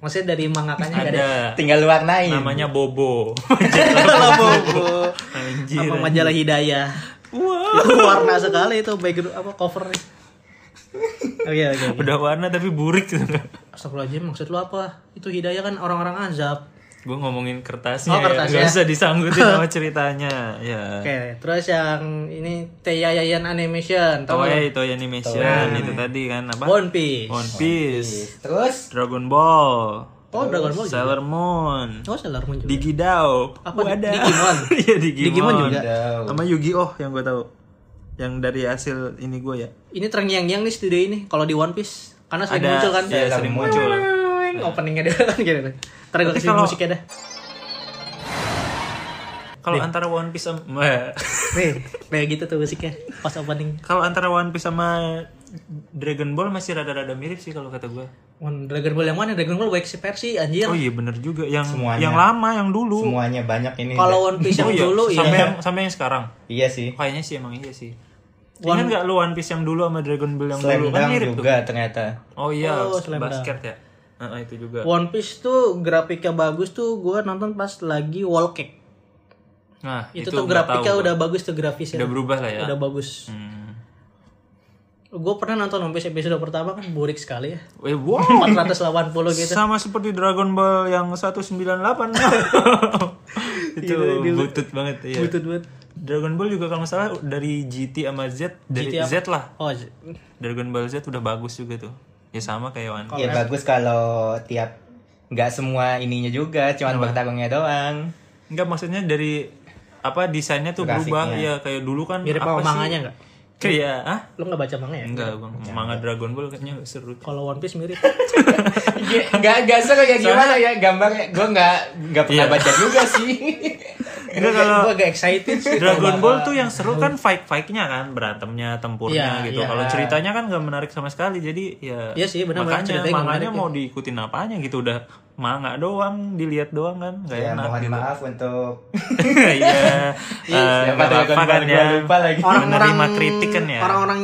Maksudnya dari mangakanya gak
Ada.
deh.
Tinggal warnain.
Namanya Bobo.
Kalau bobo.
Anjir.
Apa majalah hidayah.
Wow.
Itu warna sekali itu background apa covernya. Oke oke. oke.
Udah warna tapi burik gitu.
Astagfirullahaladzim maksud lu apa? Itu hidayah kan orang-orang azab.
Gue ngomongin kertasnya,
Oh, kertasnya.
ya. Gak usah disanggutin sama ceritanya ya.
Oke, terus yang ini Teyayayan Animation, tahu nggak?
Toei, Toei Animation itu tadi kan apa?
One Piece.
One Piece,
Terus
Dragon Ball,
Oh, Dragon Ball. juga.
Sailor Moon,
Oh, Sailor Moon juga.
Digidao,
Apa,
Wadah.
Digimon?
Oh, Iya Digimon.
Digimon juga.
Digimon.
Sama Yu-Gi-Oh yang gue tahu. Yang dari hasil ini gue ya.
Ini terngiang-ngiang nih studio ini kalau di One Piece karena sering
Ada
muncul kan.
iya, sering muncul.
Weng, Openingnya dia kan gitu. Ntar gue
Tapi
kasih
kalau-
musiknya dah.
Kalau antara One Piece sama eh,
Nih, kayak gitu tuh musiknya pas opening.
kalau antara One Piece sama Dragon Ball masih rada-rada mirip sih kalau kata gue.
One Dragon Ball yang mana? Dragon Ball baik si versi anjir.
Oh iya bener juga yang
Semuanya.
yang lama yang dulu.
semuanya banyak ini.
Kalau One Piece yang
Oh iya,
dulu iya.
sampai yang sampai yang sekarang.
Iya sih.
Kayaknya sih emang iya sih. Ingat nggak lu One Piece yang dulu sama Dragon Ball yang dulu
Slam
kan
Dunk
mirip tuh.
juga ternyata.
Oh iya,
Oh, Slam Dunk.
basket ya. Heeh, itu juga.
One Piece tuh grafiknya bagus tuh gue nonton pas lagi Wall Cake.
Nah,
Itu,
itu,
tuh
nggak tahu
grafiknya
gua.
udah bagus tuh grafisnya.
udah berubah lah ya.
Udah bagus.
Hmm.
Gue pernah nonton One Piece episode pertama kan burik sekali ya.
Eh, wow.
480 gitu.
Sama seperti Dragon Ball yang 198. itu butut banget ya.
Butut banget.
Dragon Ball juga kalau nggak salah dari GT sama Z dari
GT apa?
Z lah.
Oh, j-
Dragon Ball Z udah bagus juga tuh. Ya sama kayak One Piece.
Ya bagus kalau tiap nggak semua ininya juga, cuman bertarungnya doang.
Enggak maksudnya dari apa desainnya tuh berubah ya kayak dulu kan
mirip
apa
sama
sih?
manganya enggak?
Kayak ah
Lu nggak baca manga ya?
enggak gua manga Dragon Ball kayaknya nggak seru.
Kalau One Piece mirip.
Nggak nggak seru ya gimana ya gambarnya? Gue nggak nggak pernah
Iya.
baca juga sih.
Enggak kalau
gue agak excited sih.
Dragon Ball tuh yang seru kan fight-fightnya kan, berantemnya,
Iya,
tempurnya gitu.
iya.
Kalau ceritanya kan nggak menarik sama sekali, jadi ya.
Iya sih, benar-benar
makanya
ceritanya nggak
manganya
menarik, ya.
mau diikutin apanya gitu udah manga doang, dilihat doang kan, nggak
Ya,
enak
mohon
gitu.
maaf untuk
Iya. eh,
Siapa
nggak
Dragon
apa-apa
Ball
kan
gua
ya.
lupa lagi.
Menerima kritik kan ya.
Orang-orang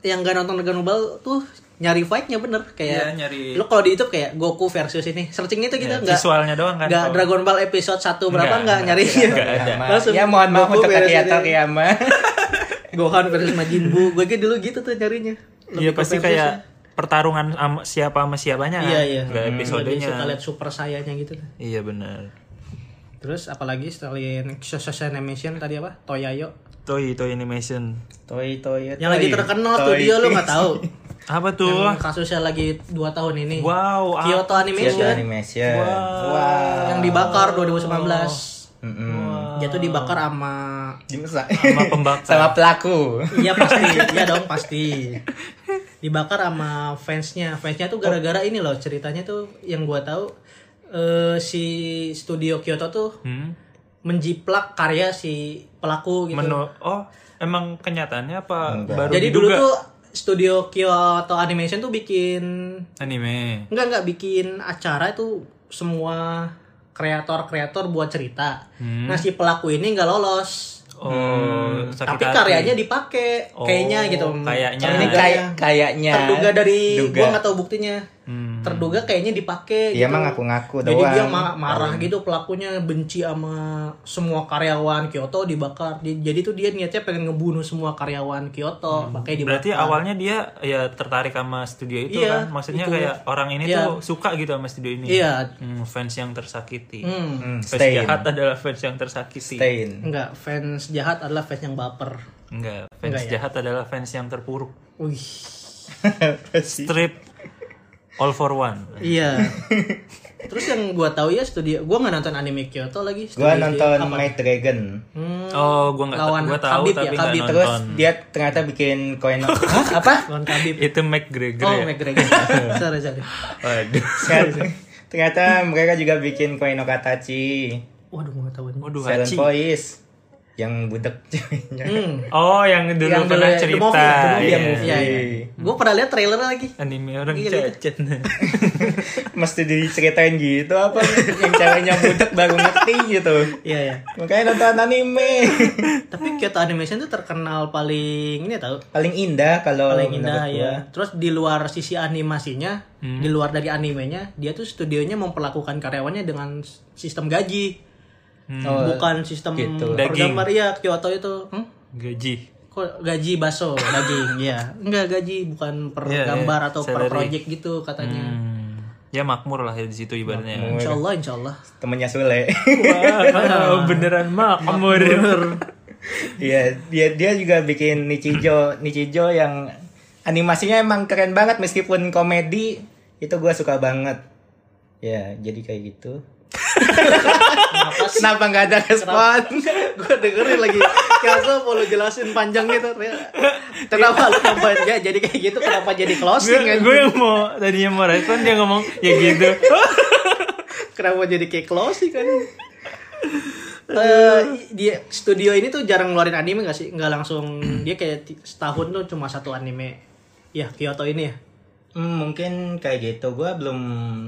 yang gak nonton Dragon Ball tuh nyari fightnya bener kayak
Iya, nyari-
ya. lu kalau di YouTube kayak Goku versus ini searching itu kita nggak
Visualnya doang kan.
nggak
kalau-
Dragon Ball episode 1 berapa
Nggak,
nggak nyari
nggak ada.
Sama-
Langsung
ya mohon maaf
Goku
untuk
beres
kreator
ini.
ya Ma.
Gohan versus Majin Buu gue kayak dulu gitu tuh nyarinya
Iya
Lebih ke
pasti
versus
kayak
ya.
pertarungan sama siapa sama siapanya kan.
iya iya
Nggak
Lebih
episodenya.
suka lihat super sayanya gitu tuh.
Iya benar.
Terus apalagi selain Shoshosh Animation tadi apa? Toyayo.
Toy Toy Animation.
Toy toy.
Yang lagi
toy.
terkenal
Toy.
studio lu nggak tahu.
Apa tuh?
Yang kasusnya lagi 2 tahun ini.
Wow. ah.
Kyoto Animation
Kyoto Animation.
yang dibakar 2019.
Mm-mm.
Jatuh dibakar sama
Gimana?
Sama pembakar.
Sama pelaku.
Iya pasti, iya dong pasti. Dibakar sama fansnya. Fansnya tuh gara-gara ini loh ceritanya tuh yang gua tahu eh, si studio Kyoto tuh
Hmm?
menjiplak karya si pelaku gitu.
Menu oh emang kenyataannya apa baru
Jadi dulu
diduga?
tuh studio Kyoto Animation tuh bikin
anime.
enggak enggak bikin acara itu semua kreator-kreator buat cerita.
Hmm.
Nah, si pelaku ini enggak lolos.
Oh, sakit
Hmm, tapi
hati.
karyanya dipakai
Oh,
kayaknya gitu.
kayaknya.
Ini
Ini
kayak
kayak kayaknya.
terduga dari
Duga. Iya,
gua nggak tahu buktinya
Hmm.
terduga kayaknya dipakai
Dia
gitu.
mah ngaku-ngaku
jadi
doang.
dia ma- marah gitu pelakunya benci sama semua karyawan Kyoto dibakar Di- jadi tuh dia niatnya pengen ngebunuh semua karyawan
Hmm.
Kyoto pakai dibakar
Berarti awalnya dia ya tertarik sama studio itu
Ah. Iya,
kan. Maksudnya
itu.
kayak orang ini
Iya.
tuh suka gitu sama studio ini.
iya
Hmm, fans yang tersakiti.
hmm.
Hmm,
Fans
stain.
jahat adalah fans yang tersakiti.
Stain.
enggak fans jahat adalah fans yang baper
Enggak, fans
Enggak ya?
jahat adalah fans yang terpuruk.
wih
Strip all for one.
iya terus yang gua tahu ya studio gua nggak nonton anime Kyoto lagi studio
Gua nonton
apa?
Might Dragon.
Hmm,
Oh, gua nggak
Lawan
tahu, gua tahu
Khabib ya,
tapi nggak
Khabib.
nonton.
Terus dia ternyata bikin koin Hah, apa?
lawan Khabib
Itu McGregor
oh
ya?
McGregor sorry sorry
Waduh.
Ternyata- ternyata mereka juga bikin koin Okatachi.
waduh gua nggak tahu ini.
Waduh,
Silent
Hachi.
Voice yang budek ceweknya.
Hmm.
Oh, yang dulu
Yang
pernah
dulu- the
cerita.
movie, the movie,
Iya.
yang movie. Iya, iya. Gue pernah lihat trailer lagi.
Anime orang
Iya,
cacat.
Mesti diceritain gitu apa yang ceweknya budek baru ngerti gitu.
Iya ya.
Makanya nonton anime.
Tapi Kyoto Animation tuh terkenal paling ini tahu
Paling indah kalau
paling
Oh,
menurut
indah
gua.
iya.
ya. Terus di luar sisi animasinya,
Hmm.
di luar dari animenya, dia tuh studionya memperlakukan karyawannya dengan s- sistem gaji.
Oh,
Bukan sistem
gitu.
per
Hmm. Daging.
gambar ya Kyoto itu. Hmm?
Gaji.
Kok gaji baso daging ya. Enggak gaji bukan per
Iya, iya.
gambar atau per
Salary.
project gitu katanya.
Hmm. Ya makmur lah ya di situ ibaratnya.
Insya Allah, insya Allah.
temennya Sule.
Wah, beneran makmur.
Iya, dia dia juga bikin Nichijo, Nichijo yang animasinya emang keren banget meskipun komedi itu gua suka banget. Ya, jadi kayak gitu.
Kenapa sih?
Kenapa nggak ada respon?
gue dengerin lagi Kenapa mau lu jelasin panjang gitu Kenapa lu nambahin ya jadi kayak gitu Kenapa jadi closing kan
Gue yang mau tadinya mau respon dia ngomong ya gitu.
Kenapa jadi kayak closing kan Eh, dia studio ini tuh jarang ngeluarin anime gak sih? Nggak langsung dia kayak ti- setahun tuh cuma satu anime. Ya Kyoto ini ya.
Hmm, mungkin kayak gitu. Gua belum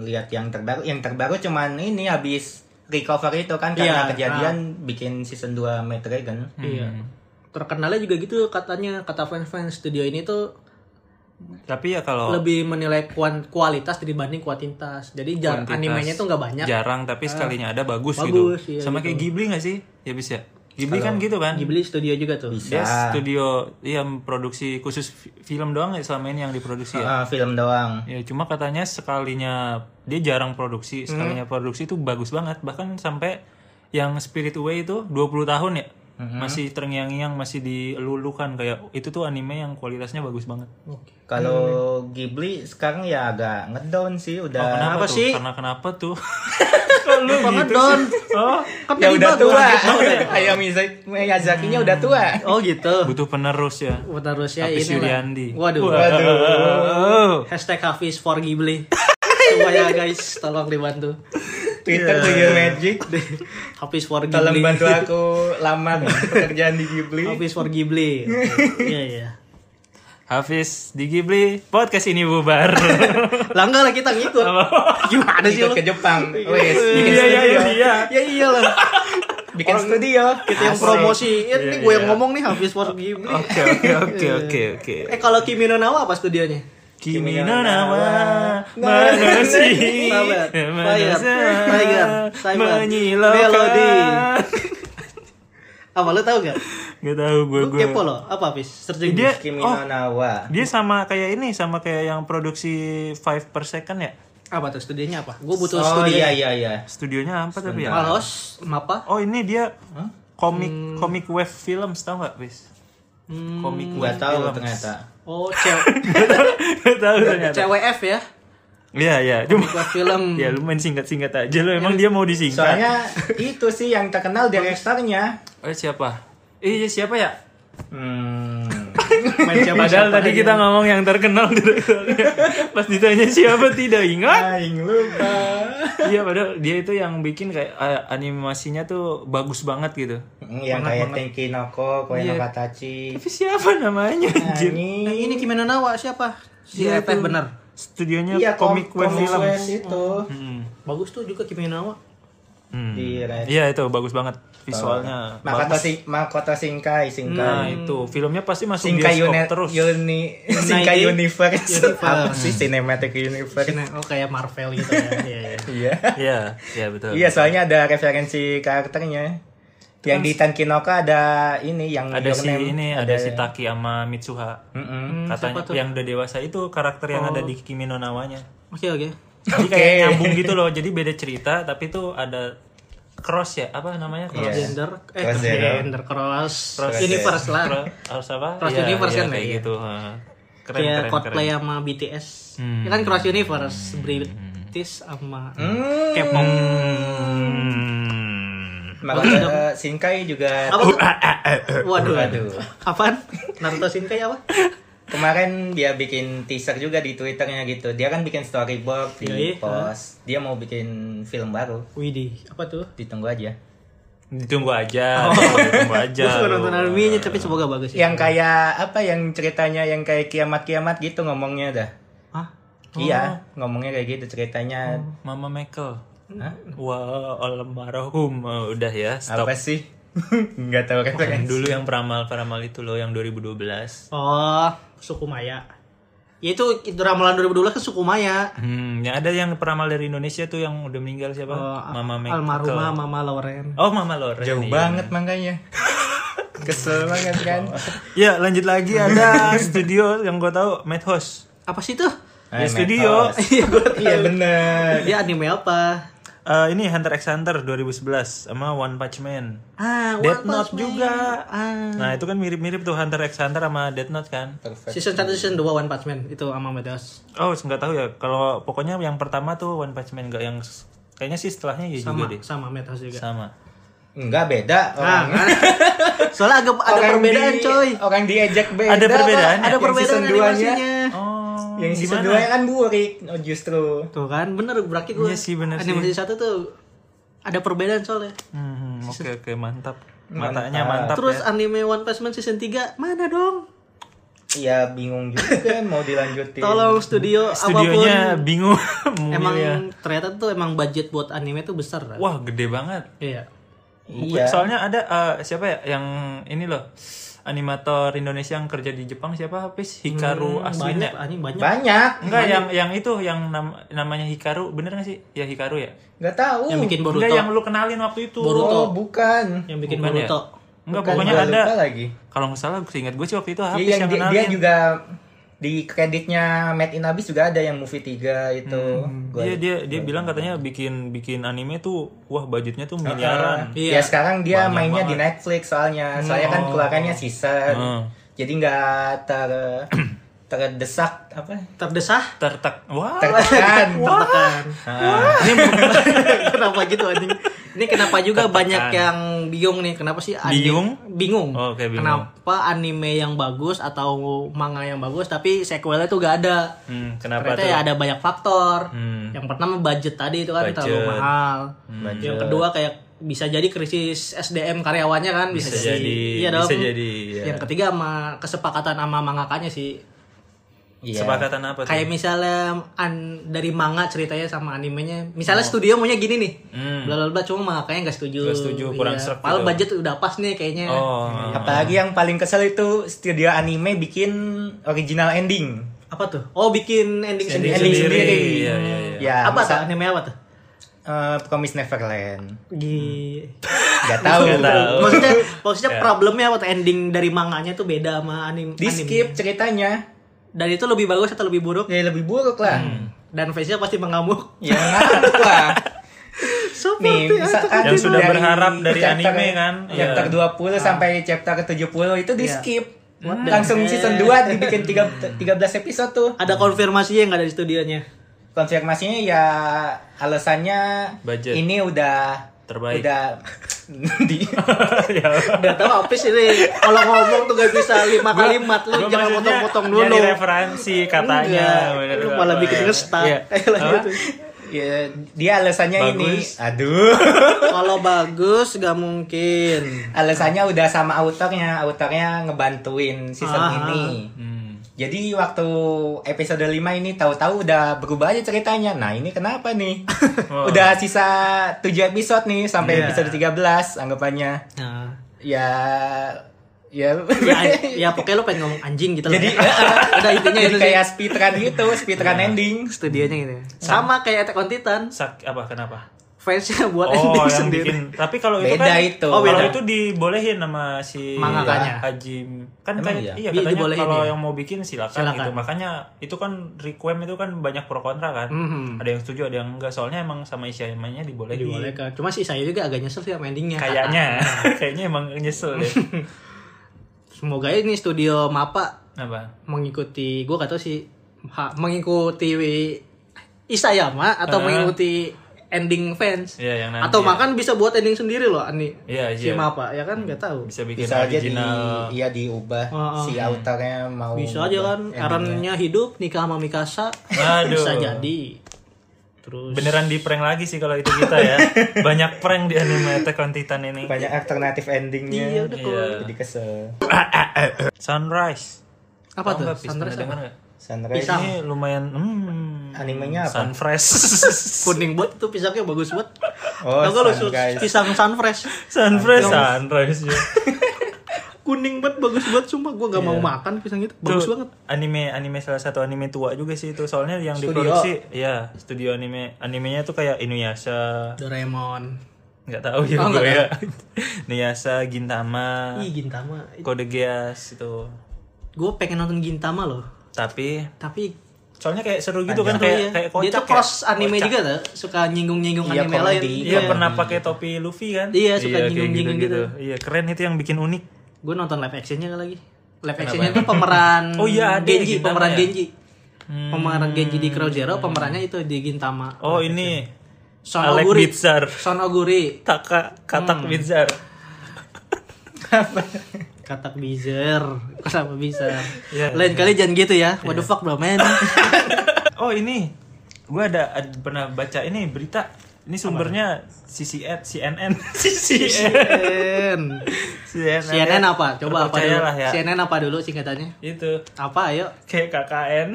lihat yang terbaru. Yang terbaru cuman ini habis recover itu kan karena
Iya,
kejadian bikin season 2 Mad Dragon.
Iya. Terkenalnya juga gitu katanya kata fans-fans studio ini tuh
Tapi ya kalau
lebih menilai kuan- kualitas dibanding kuantitas. Jadi jar-
Kuantitas.
animenya tuh nggak banyak. Ah.
jarang tapi sekalinya ada bagus,
Bagus,
gitu.
iya,
Sama kayak Ghibli gak sih? Ya bisa. Ghibli kan gitu kan?
Ghibli studio juga tuh.
Dia studio yang produksi khusus fi- film doang ya selama ini yang diproduksi ya.
Ah, film doang.
Ya cuma katanya sekalinya dia jarang produksi,
Hmm.
sekalinya produksi itu bagus banget. Bahkan sampai yang Spirit Away itu 20 tahun ya.
Hmm.
Masih terngiang-ngiang, masih dilulukan kayak itu tuh anime yang kualitasnya bagus banget.
Kalau Ghibli sekarang ya agak ngedown sih udah
Oh,
Eh, Apa
Kenapa tuh?
sih?
Karena kenapa tuh?
Lu ngedon.
Oh,
Kan tadi
ya udah
bagus. ya?
tua. Ayam Miyazaki- Miyazakinya udah tua.
Oh gitu.
butuh penerus ya.
Oh, Terus ya ini
Hafiz
lah.
Yuriandi.
Waduh. Oh.
Waduh.
Hashtag Hafiz for Ghibli. Semuanya guys, tolong dibantu.
Twitter punya magic.
Hafiz for
Tolong
Ghibli.
bantu aku lamar pekerjaan di Ghibli.
Hafiz for Ghibli. Oke. Iya iya.
Hafiz di Ghibli, podcast ini bubar.
Lah enggak lah kita ngikut. Gimana sih
Ikut
lu?
ke Jepang. Wes, Oh, bikin
Oh. Iya, iya,
studio.
iya.
Ya iyalah.
Bikin studio.
Kita yang
Asik.
promosiin
Iya,
nih gue yang ngomong nih Hafiz for Ghibli.
Oke, oke, oke, oke, oke.
Eh kalau Kimi no Na wa apa studionya?
Kimi no nawa manusi
Sabar. Fire,
manusia
Tiger, Simon, Melody.
menyilaukan
Apa lu tahu gak?
Gak tahu gue
Lu
gue.
kepo lo. Apa Hafiz? Searching
Dia
Kimi
oh
no Nawa.
dia sama kayak ini sama kayak yang produksi Five per second ya.
Apa tuh studionya apa? Gue butuh
Oh
studio.
iya iya iya.
Studionya apa tapi ya?
Malos, Mapa.
Oh ini dia komik komik web films tau nggak bis? Komik
Gua
web
tahu
films.
ternyata.
Hmm. Oh, cewek
Nggak tahu ternyata.
CWF ya.
Iya iya. Cuma
Buat film.
ya lu main singkat-singkat aja lo emang dia mau disingkat.
Soalnya itu sih yang terkenal direkturnya.
Oh siapa? Eh iya, siapa ya?
Hmm.
Main siapa
Padahal tadi kita ngomong yang terkenal direkturnya. Pas ditanya siapa tidak ingat.
Aing lupa.
Iya padahal dia itu yang bikin kayak eh, animasinya tuh bagus banget gitu.
Hmm, yang kayak Tenki Noko, Koe no Katachi.
Tapi siapa namanya
Nah,
anjir?
Yang
Ini
ini Kimeno Nawa siapa? Si
Iya,
FF
itu.
bener.
Studionya
iya
komik web
film
films.
itu.
Hmm.
Bagus tuh juga Kimeno Nawa.
Hmm.
Di Red.
Iya itu bagus banget visualnya.
Makoto,
bagus.
Sing- Makoto Shinkai, Shinkai.
Nah itu filmnya pasti masuk
Shinkai
bioskop
Uni-
terus.
Uni Shinkai
United
Universe.
Universe.
Apa sih Cinematic Universe?
Kena- Oh kayak Marvel gitu ya. Iya, iya.
Iya.
Iya iya betul.
Iya, soalnya ada referensi karakternya. Yang di Tankinoko ada ini yang
Ada
Your
si
Name.
ini ada si Taki sama Mitsuha.
Mm-mm.
Katanya
siapa tuh?
yang udah dewasa itu karakter yang ada di Kimi no Nawanya.
Oke oke.
Jadi
Oke.
kayak nyambung gitu loh. Jadi beda cerita tapi tuh ada cross ya apa namanya cross.
Iya.
Gender eh
Cross gender.
gender cross,
Cross
universe lah.
Cro- harus apa?
Cross
Iya,
universe
iya,
kan,
kayak
iya.
gitu. heeh. Keren
Kayak
keren keren.
Coldplay sama BTS.
Hmm.
Ya kan cross universe, British sama
Hmm.
K-pop.
Hmm.
Makoto Shinkai juga
Apa tuh? Waduh.
Waduh.
Apaan? Naruto Shinkai apa?
kemarin dia bikin teaser juga di Twitternya gitu. Dia kan bikin storyboard
Iya,
di
Yoi.
post. Dia mau bikin film baru.
Widih, apa tuh?
Ditunggu aja.
Ditunggu aja, ditunggu aja.
Gue Oh. suka
lu.
nonton animenya tapi semoga bagus ya.
Yang kayak apa yang ceritanya yang kayak kiamat-kiamat gitu ngomongnya dah.
Hah?
Iya, ngomongnya kayak gitu ceritanya.
Oh.
Mama Michael.
Hah?
Wah, almarhum. Oh, udah ya, stop.
Apa sih? Nggak tahu kan.
Yang
referensi.
dulu yang peramal-peramal itu loh yang 2012.
Oh, suku Maya. Ya itu ramalan 2012 ke suku Maya.
Hmm, yang ada yang peramal dari Indonesia tuh yang udah meninggal siapa?
Oh,
Mama Michael.
Almarhumah Mama Loren.
Oh, Mama Lore.
Jauh
Iya,
banget makanya. Kesel banget kan.
Oh.
Ya, lanjut lagi ada studio yang gue tahu Madhouse.
Apa sih tuh?
Ah,
Ya, studio.
Madhouse. Iya bener.
Dia anime apa?
Eh, ini Hunter x Hunter 2011 sama One Punch Man.
Ah,
Death
One
Note
Punch Man.
juga.
Ah.
Nah, itu kan mirip-mirip tuh Hunter x Hunter sama Death Note kan?
Perfect.
Season 1 season 2 One Punch Man itu sama Medas.
Oh, nggak tahu ya. Kalau pokoknya yang pertama tuh One Punch Man nggak yang kayaknya sih setelahnya ya
Sama
juga deh.
sama Medas juga.
Sama.
Enggak beda.
Nah,
Orang,
kan? soalnya agak ada
orang
perbedaan
di-
coy.
Orang diejek beda.
Ada perbedaan ya?
Pak.
Ada
Yang
perbedaan
season 2-nya.
animasinya.
Oh,
Iya.
Yang season
gimana?
2 nya kan burik. Oh, justru.
Tuh kan, bener berarti gue.
Iya sih, bener sih.
animasi satu tuh ada perbedaan soalnya.
Hmm, oke oke mantap. Matanya mantap.
Terus
ya.
anime One Punch Man season 3 mana dong?
Iya bingung juga mau dilanjutin.
Tolong studio
studionya
apapun.
bingung. mau
Emang
milih ya.
ternyata tuh emang budget buat anime tuh besar kan?
wah gede banget.
Iya.
Iya.
Soalnya ada eh, siapa ya yang ini loh animator Indonesia yang kerja di Jepang siapa? Habis Hikaru
Hmm,
Aswin
Banyak
ya?
anjing banyak.
Hmm, Banyak.
Enggak
ya.
yang yang itu yang nam- namanya Hikaru bener gak sih? Ya Hikaru ya.
Enggak tahu.
Yang bikin Boruto.
Enggak yang lu kenalin waktu itu.
Boruto.
Oh, bukan.
Yang bikin
Bukan ya?
Boruto.
Enggak
Bukan,
pokoknya
gua
ada.
lupa lagi.
Kalau nggak salah ingat gue sih waktu itu habis
Iya, yang
yang
dia,
kenalin.
dia juga di kreditnya Made in Abyss juga ada yang movie 3 itu. Gua-
Iya, dia dia bilang katanya bikin bikin anime tuh wah budgetnya
Ah,
tuh miliaran.
Iya.
Ya sekarang dia mainnya di Netflix soalnya. Soalnya
Oh.
kan keluarannya season.
Hmm.
Jadi nggak ter terdesak apa?
Terdesah.
Tertek. Oh. Wah.
Tertekan.
Tertekan.
Ah,
Ini kenapa gitu anjing? Ini kenapa juga banyak yang bingung nih? Kenapa sih anime
Bingung?
Bingung.
Oh, oke, bingung.
Kenapa anime yang bagus atau manga yang bagus tapi sequelnya tuh gak ada?
Hmm, kenapa
Ternyata
tuh?
ya ada banyak faktor.
Hmm.
Yang pertama budget tadi itu kan
Budget. Hmm.
terlalu mahal.
Budget.
Yang kedua kayak bisa jadi krisis SDM karyawannya kan bisa,
Bisa jadi,
Iya dong.
bisa jadi, ya.
Yang ketiga sama kesepakatan sama mangakanya sih.
Iya.
Sepakatan apa tuh?
Kayak misalnya an, dari manga ceritanya sama animenya. Misalnya studio maunya gini nih.
Oh. Hmm.
Bla bla bla cuma mangakanya nggak setuju. Iya.
Nggak setuju, kurang serap
Padahal
gitu.
budget udah pas nih kayaknya.
Oh.
Iya.
Apalagi yang paling kesel itu studio anime bikin original ending.
Apa tuh? Oh bikin ending, sendiri.
Ending
sendiri.
Iya, iya, iya.
Ya,
apa tuh
misal-
anime apa tuh?
eh, Promise Neverland.
Gi-
Hmm.
Gak tahu.
Nggak tahu. Ya.
maksudnya maksudnya problemnya waktu ending dari manganya tuh beda sama anim
Di
anime.
skip ceritanya.
Dan itu lebih bagus atau lebih buruk?
Ya lebih buruk lah.
dan face-nya pasti mengamuk.
Ya ngantuk lah.
Seperti
Nih, misalkan
Yang sudah
kan. dari
berharap dari
chapter-
anime kan?
Chapter
Iya.
20 sampai chapter 70 itu di skip. Hmm.
What the
Langsung
heck?
season 2 dibikin tiga, 13 episode tuh.
ada konfirmasinya nggak dari studionya?
Konfirmasinya ya alasannya
Budget.
ini udah
Terbaik.
Udah di
ya.
Gak tahu habis ini. Kalau ngomong tuh gak bisa lima kalimat lu
Gua
jangan
maksudnya
potong-potong dulu.
Nyari referensi
Enggak,
katanya. bener
lu malah
apa
bikin
ya.
ngestak. Eh. gitu.
Iya.
Ayo lanjut.
ya, dia alasannya
Bagus.
ini. Aduh.
Kalau bagus gak mungkin.
alasannya udah sama autornya, autornya ngebantuin season
Ah.
ini.
Hmm.
Jadi waktu episode 5 ini tahu-tahu udah berubah aja ceritanya. Nah, ini kenapa nih?
Wow.
udah sisa 7 episode nih sampai
Iya.
episode 13 anggapannya.
Nah,
Ya ya,
ya, ya pokoknya lu pengen ngomong anjing gitu
Jadi-
loh. ya. udah intinya
jadi
itu
kayak speedrun gitu, speedrun ending.
sih. studionya gitu. ya. Sama kayak Attack on Titan,
Sak apa kenapa?
fansnya buat
Oh,
ending
yang
sendiri.
bikin. Tapi kalau itu
Beda
kan
itu.
Oh, kalau
Beda.
itu dibolehin sama si
Mangakanya.
Haji. Kan
Emang
kayak-
iya?
Iya,
iya katanya
dibolehin,
kalau
iya.
yang mau bikin silakan,
Silakan.
gitu. Makanya itu kan requiem itu kan banyak pro kontra kan.
Mhm.
Ada yang setuju, ada yang enggak. Soalnya emang sama isiannya dibolehin.
Dibolehkan. Cuma sih saya juga agak nyesel sih sama endingnya.
Kayaknya, kayaknya emang nyesel deh.
Hmm. Semoga ini studio Mapa
Apa?
mengikuti gue gak tau sih ha- mengikuti Isayama atau
Eh.
mengikuti ending fans
Iya, yang nanti.
atau
ya.
makan bisa buat ending sendiri loh ani
Iya,
si
iya.
Mapa ya kan nggak tahu
Bisa bikin
Bisa aja di
original.
iya diubah
Oh, oh.
si autornya mau
bisa aja kan
endingnya.
Aaronnya hidup nikah sama Mikasa
Aduh.
bisa jadi terus
Beneran di prank lagi sih kalau itu kita ya. Banyak prank di anime Attack on Titan ini.
banyak alternatif endingnya.
Iya, udah kok.
Iya.
Jadi kesel.
Sunrise.
apa
Tau
tuh
nggak, Pis? Pernah
Sunrise apa?
dengar nggak?
Sunrise
Pisang.
Ini lumayan hmm,
Animenya apa?
Sunfresh.
kuning buat itu pisangnya bagus banget
Oh,
Tau nggak lu, su-
Sunrise.
pisang sunfresh
Sunfresh, Sunfresh. ya.
kuning banget bagus banget sumpah gue nggak
Iya.
mau makan pisang itu bagus
Itu
banget
Anime anime salah satu anime tua juga sih itu. Soalnya yang
Studio.
diproduksi ya studio anime animenya tuh kayak Inuyasha,
Doraemon
nggak tahu ya
Oh,
gue
nggak
ya. Inuyasha, Gintama,
ih Gintama
Code Geass itu.
gue pengen nonton Gintama loh
Tapi
tapi
soalnya kayak seru gitu kan
Itu
kayak
iya.
kayak
dia
kocak.
tuh cross
ya.
anime
Kocak.
juga tuh suka nyinggung nyinggung
Iya,
anime
komedi.
lain
Iya,
iya
pernah pakai topi Luffy kan?
Iya, suka
kayak
nyinggung-nyinggung gitu.
Iya, keren itu yang bikin unik.
gue nonton live actionnya lagi live actionnya tuh pemeran
ya? Oh iya, ada ya,
Genji
Gintama
pemeran
ya? Hmm.
Genji pemeran Genji di Crow Zero pemerannya itu di Gintama
Oh, ini
Son
Alec
Oguri Hmm.
Bitzar.
Son Oguri
Taka Katak Bizar.
katak bizer kenapa bisa
Iya,
lain kali jangan gitu ya what the fuck bro man
Oh ini, gue ada, ada pernah baca ini berita. Ini sumbernya CCN, CNN, CCN,
CNN
CNN,
CNN apa coba apa dulu
Percayalah ya.
CNN apa dulu singkatannya
Itu
apa ayo
kayak KKN.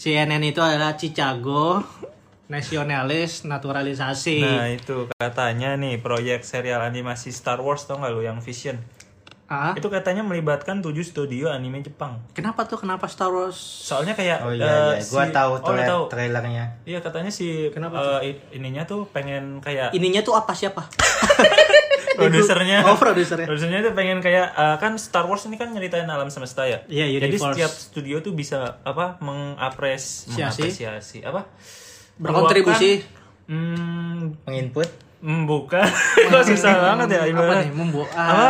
CNN itu adalah Chicago nasionalis naturalisasi.
Nah itu katanya nih proyek serial animasi Star Wars tau nggak lu yang Vision.
Ah,
Itu katanya melibatkan 7 studio anime Jepang.
kenapa tuh kenapa Star Wars?
Soalnya kayak
Oh
eh,
iya, iya. gua
si-
tahu
oh, lu
tra-
tahu.
trailernya.
Iya katanya si
Kenapa
eh, i- ininya tuh pengen kayak
Ininya tuh apa siapa?
produsernya
Oh, produsernya.
Harusnya tuh pengen kayak eh, kan Star Wars ini kan nyeritain alam semesta ya.
Iya,
Jadi
universe.
setiap studio tuh bisa apa mengapres
Siasi.
mengapresiasi apa?
Berkontribusi.
Meluapkan, Hmm,
Menginput
mm, bukan. Kok susah banget ya
apa
ibarat.
nih membuat ah,
Apa?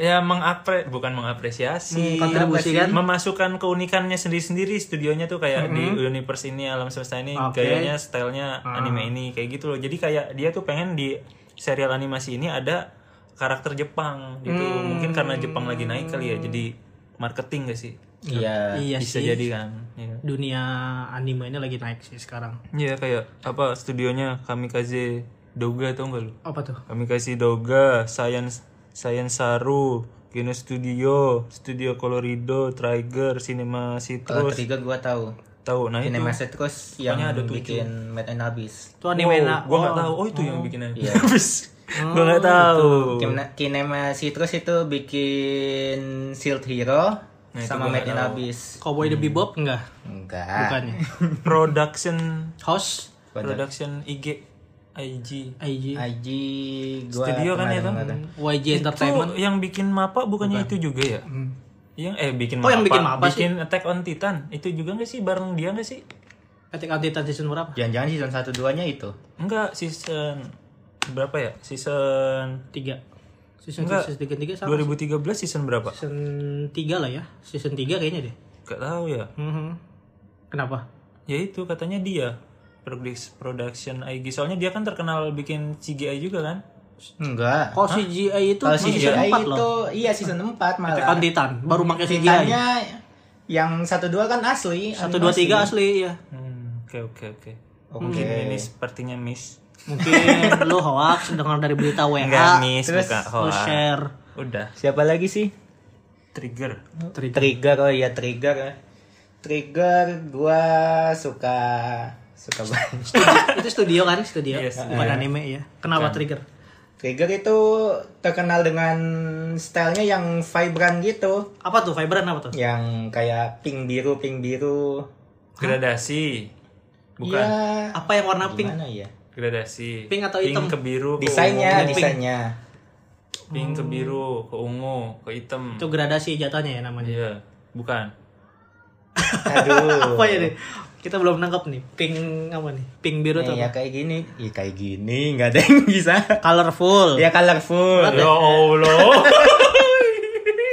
Ya mengapre bukan mengapresiasi,
Mengkontribusi,
apa sih?
kan?
memasukkan keunikannya sendiri-sendiri studionya tuh kayak di universe ini alam semesta ini
Hmm. Oke. Ah.
gayanya, stylenya anime ini kayak gitu loh. Jadi kayak dia tuh pengen di serial animasi ini ada karakter Jepang gitu.
Hmm.
Mungkin karena Jepang lagi naik kali ya. Jadi marketing gak sih?
Iya.
iya
Bisa
sih.
jadi kan. Iya.
Dunia anime ini lagi naik sih sekarang.
Iya kayak apa studionya Kamikaze Doga tau gak lu?
Apa tuh?
Kamikaze Doga, Science Science Saru, Kino Studio, Studio Colorido, Trigger, Cinema
Kalau
Citrus.
tiga gua tahu.
Tahu nah itu.
Cinema Citrus yang bikin Mad and Abyss.
Itu anime na-
Gua nggak
oh.
tahu. Oh itu yang bikin
Iya.
habis. Gua nggak tahu.
Cinema- Cinema Citrus itu bikin Shield Hero
Nah, itu gua
sama Mad
nggak
and
tahu.
Abyss.
Cowboy the Bebop enggak?
Ah.
Enggak.
Bukannya.
Production
Host
Production IG IG.
IG
IG gua
Studio kan
kemarin
itu?
nonton.
YG Entertainment. Hmm.
Itu yang bikin mapa bukannya itu juga ya? Yang eh bikin
Oh, yang bikin Mappa sih.
bikin Attack on Titan. Itu juga nggak sih bareng dia nggak sih?
Attack on Titan season berapa?
Jangan-jangan season 1 2 nya itu.
Enggak, season berapa ya? Season
Tiga. Season
Enggak.
season tiga tiga sama.
2013 season berapa?
Season tiga lah ya. Season tiga kayaknya deh.
Gak tahu ya.
Mhm. Kenapa?
Ya itu katanya dia Produx- production IG. Soalnya dia kan terkenal bikin CGI juga kan?
Enggak.
Kok CGI itu
Kalau
masih
season
season empat
4
loh.
itu iya season 4
Attack on
malah.
Titan baru pakai CGI.
Titannya yang 1 2 kan asli.
Satu dua
animasi.
tiga asli ya.
Hmm, oke oke oke.
Oke.
Hmm, Ini sepertinya miss.
Mungkin lu hoax dengar dari berita WA,
Enggak miss,
terus
bukan
lu
hoax.
share.
Udah,
Siapa lagi sih?
trigger.
Trigger oh iya Trigger. Trigger gua suka suka banget.
itu studio kan studio
Yes, iya. Kan.
bukan anime ya kenapa trigger
Trigger itu terkenal dengan stylenya yang vibran gitu,
apa tuh vibran apa
Iya.
tuh
yang kayak pink biru pink biru.
Gradasi. Bukan.
Iya,
apa yang warna pink
Gimana ya?
Gradasi.
Pink atau hitam?
Pink ke biru, ke
Desainnya,
ungu.
desainnya.
Pink ke biru, ke ungu, ke hitam.
itu gradasi jatuhnya ya namanya
Iya, bukan.
Aduh.
apa ya nih kita belum nangkap nih pink apa nih pink biru tuh
Ya, ya kayak gini, ya kayak gini nggak ada yang bisa.
colorful
Ya colorful.
Ya Allah.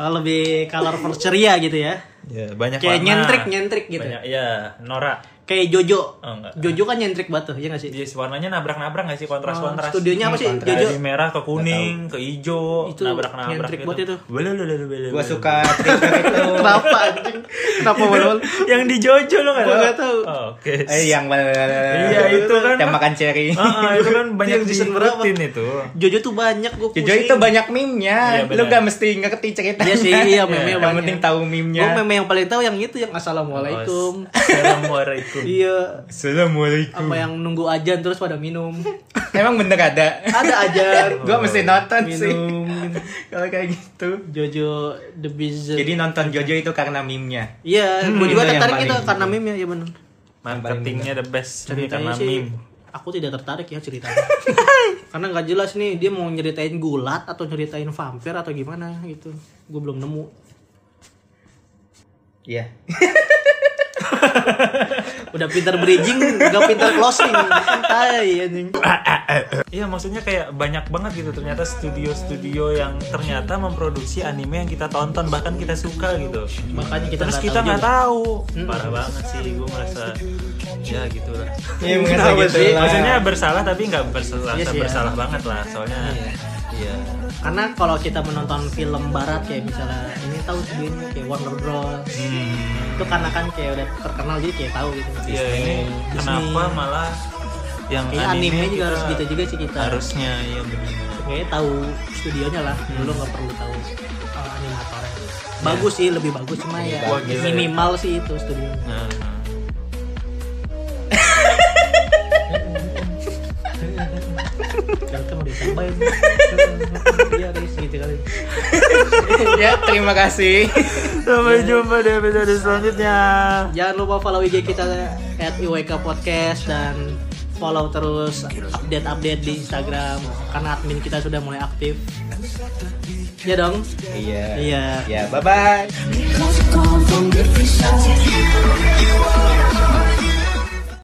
Oh, lebih colorful ceria gitu ya
ya, banyak
kayak
warna.
nyentrik nyentrik gitu
Banyak, ya, Nora.
kayak Jojo
Oh, enggak.
Jojo kan nyentrik batu ya nggak sih
Iya.
Yes, warnanya nabrak-nabrak gak sih kontras-kontras?
Oh, studionya apa sih
Kontras.
Jojo
Dari merah ke kuning, ke hijau,
Itu
nabrak-nabrak
nyentrik
gitu.
buat itu.
Boleh, boleh, boleh, boleh,
Gua
boleh.
suka trigger itu.
kenapa anjing? kenapa belum
Yang di Jojo lo gak
Gua
tau?
nggak tahu.
Oh, Oke.
Eh yang
Iya, itu kan.
Yang makan cherry.
Ah, ah, itu kan banyak
Yang season berapa?
diikutin itu.
Jojo tuh banyak gue
Jojo itu Ya, banyak meme-nya.
Iya, benar.
Lu gak mesti ngerti ceritanya.
Iya sih, iya, meme-nya
Yang
banyak.
penting tahu
gue
meme-nya.
memang yang paling tahu yang itu yang assalamualaikum
Oh, Assalamualaikum.
iya
Assalamualaikum.
apa yang nunggu ajan terus pada minum
Emang bener ada.
ada ajan
Gua mesti nonton sih.
minum
Kalau kayak gitu.
Jojo the Bizarre
Jadi nonton Jojo itu karena meme-nya.
iya gua juga tertarik
itu yang
itu
paling- gitu.
karena meme ya ya benar
Marketingnya the best
ceritanya
karena
sih
meme.
aku tidak tertarik ya ceritanya karena nggak jelas nih dia mau nyeritain gulat atau nyeritain vampir atau gimana gitu gue belum nemu
Iya.
udah pintar bridging nggak pintar closing santai anjing
Iya maksudnya kayak banyak banget gitu ternyata studio-studio yang ternyata memproduksi anime yang kita tonton bahkan kita suka gitu.
makanya kita
Terus
nggak tahu
kita nggak
juga. Hmm.
tahu. Parah banget sih gue merasa ya gitu lah.
Iya, merasa
Kenapa
gitu
sih?
lah.
Maksudnya bersalah tapi nggak bersalah
Iya sih, ya.
bersalah banget lah soalnya. Iya.
karena kalau kita menonton film barat kayak misalnya ini tahu sebelumnya kayak Warner Bros itu karena kan kayak udah terkenal jadi kayak tahu gitu
Iya ini kenapa malah yang
Kayaknya
anime,
anime juga
kita
harus gitu juga sih kita
harusnya ya benar.
kayaknya tahu studionya lah dulu nggak perlu tahu uh, Hmm. animatornya bagus sih lebih bagus cuma ya
Wah, gila ya.
minimal sih itu studionya
Nah, nah.
dan kan udah tambahin iya guys gitu kali
ya, terima kasih.
Sampai jumpa di episode selanjutnya.
jangan lupa follow IG kita at IWK Podcast dan follow terus update-update di Instagram karena admin kita sudah mulai aktif ya dong
Iya.
Iya.
Iya, bye-bye.
Because we come from different sides.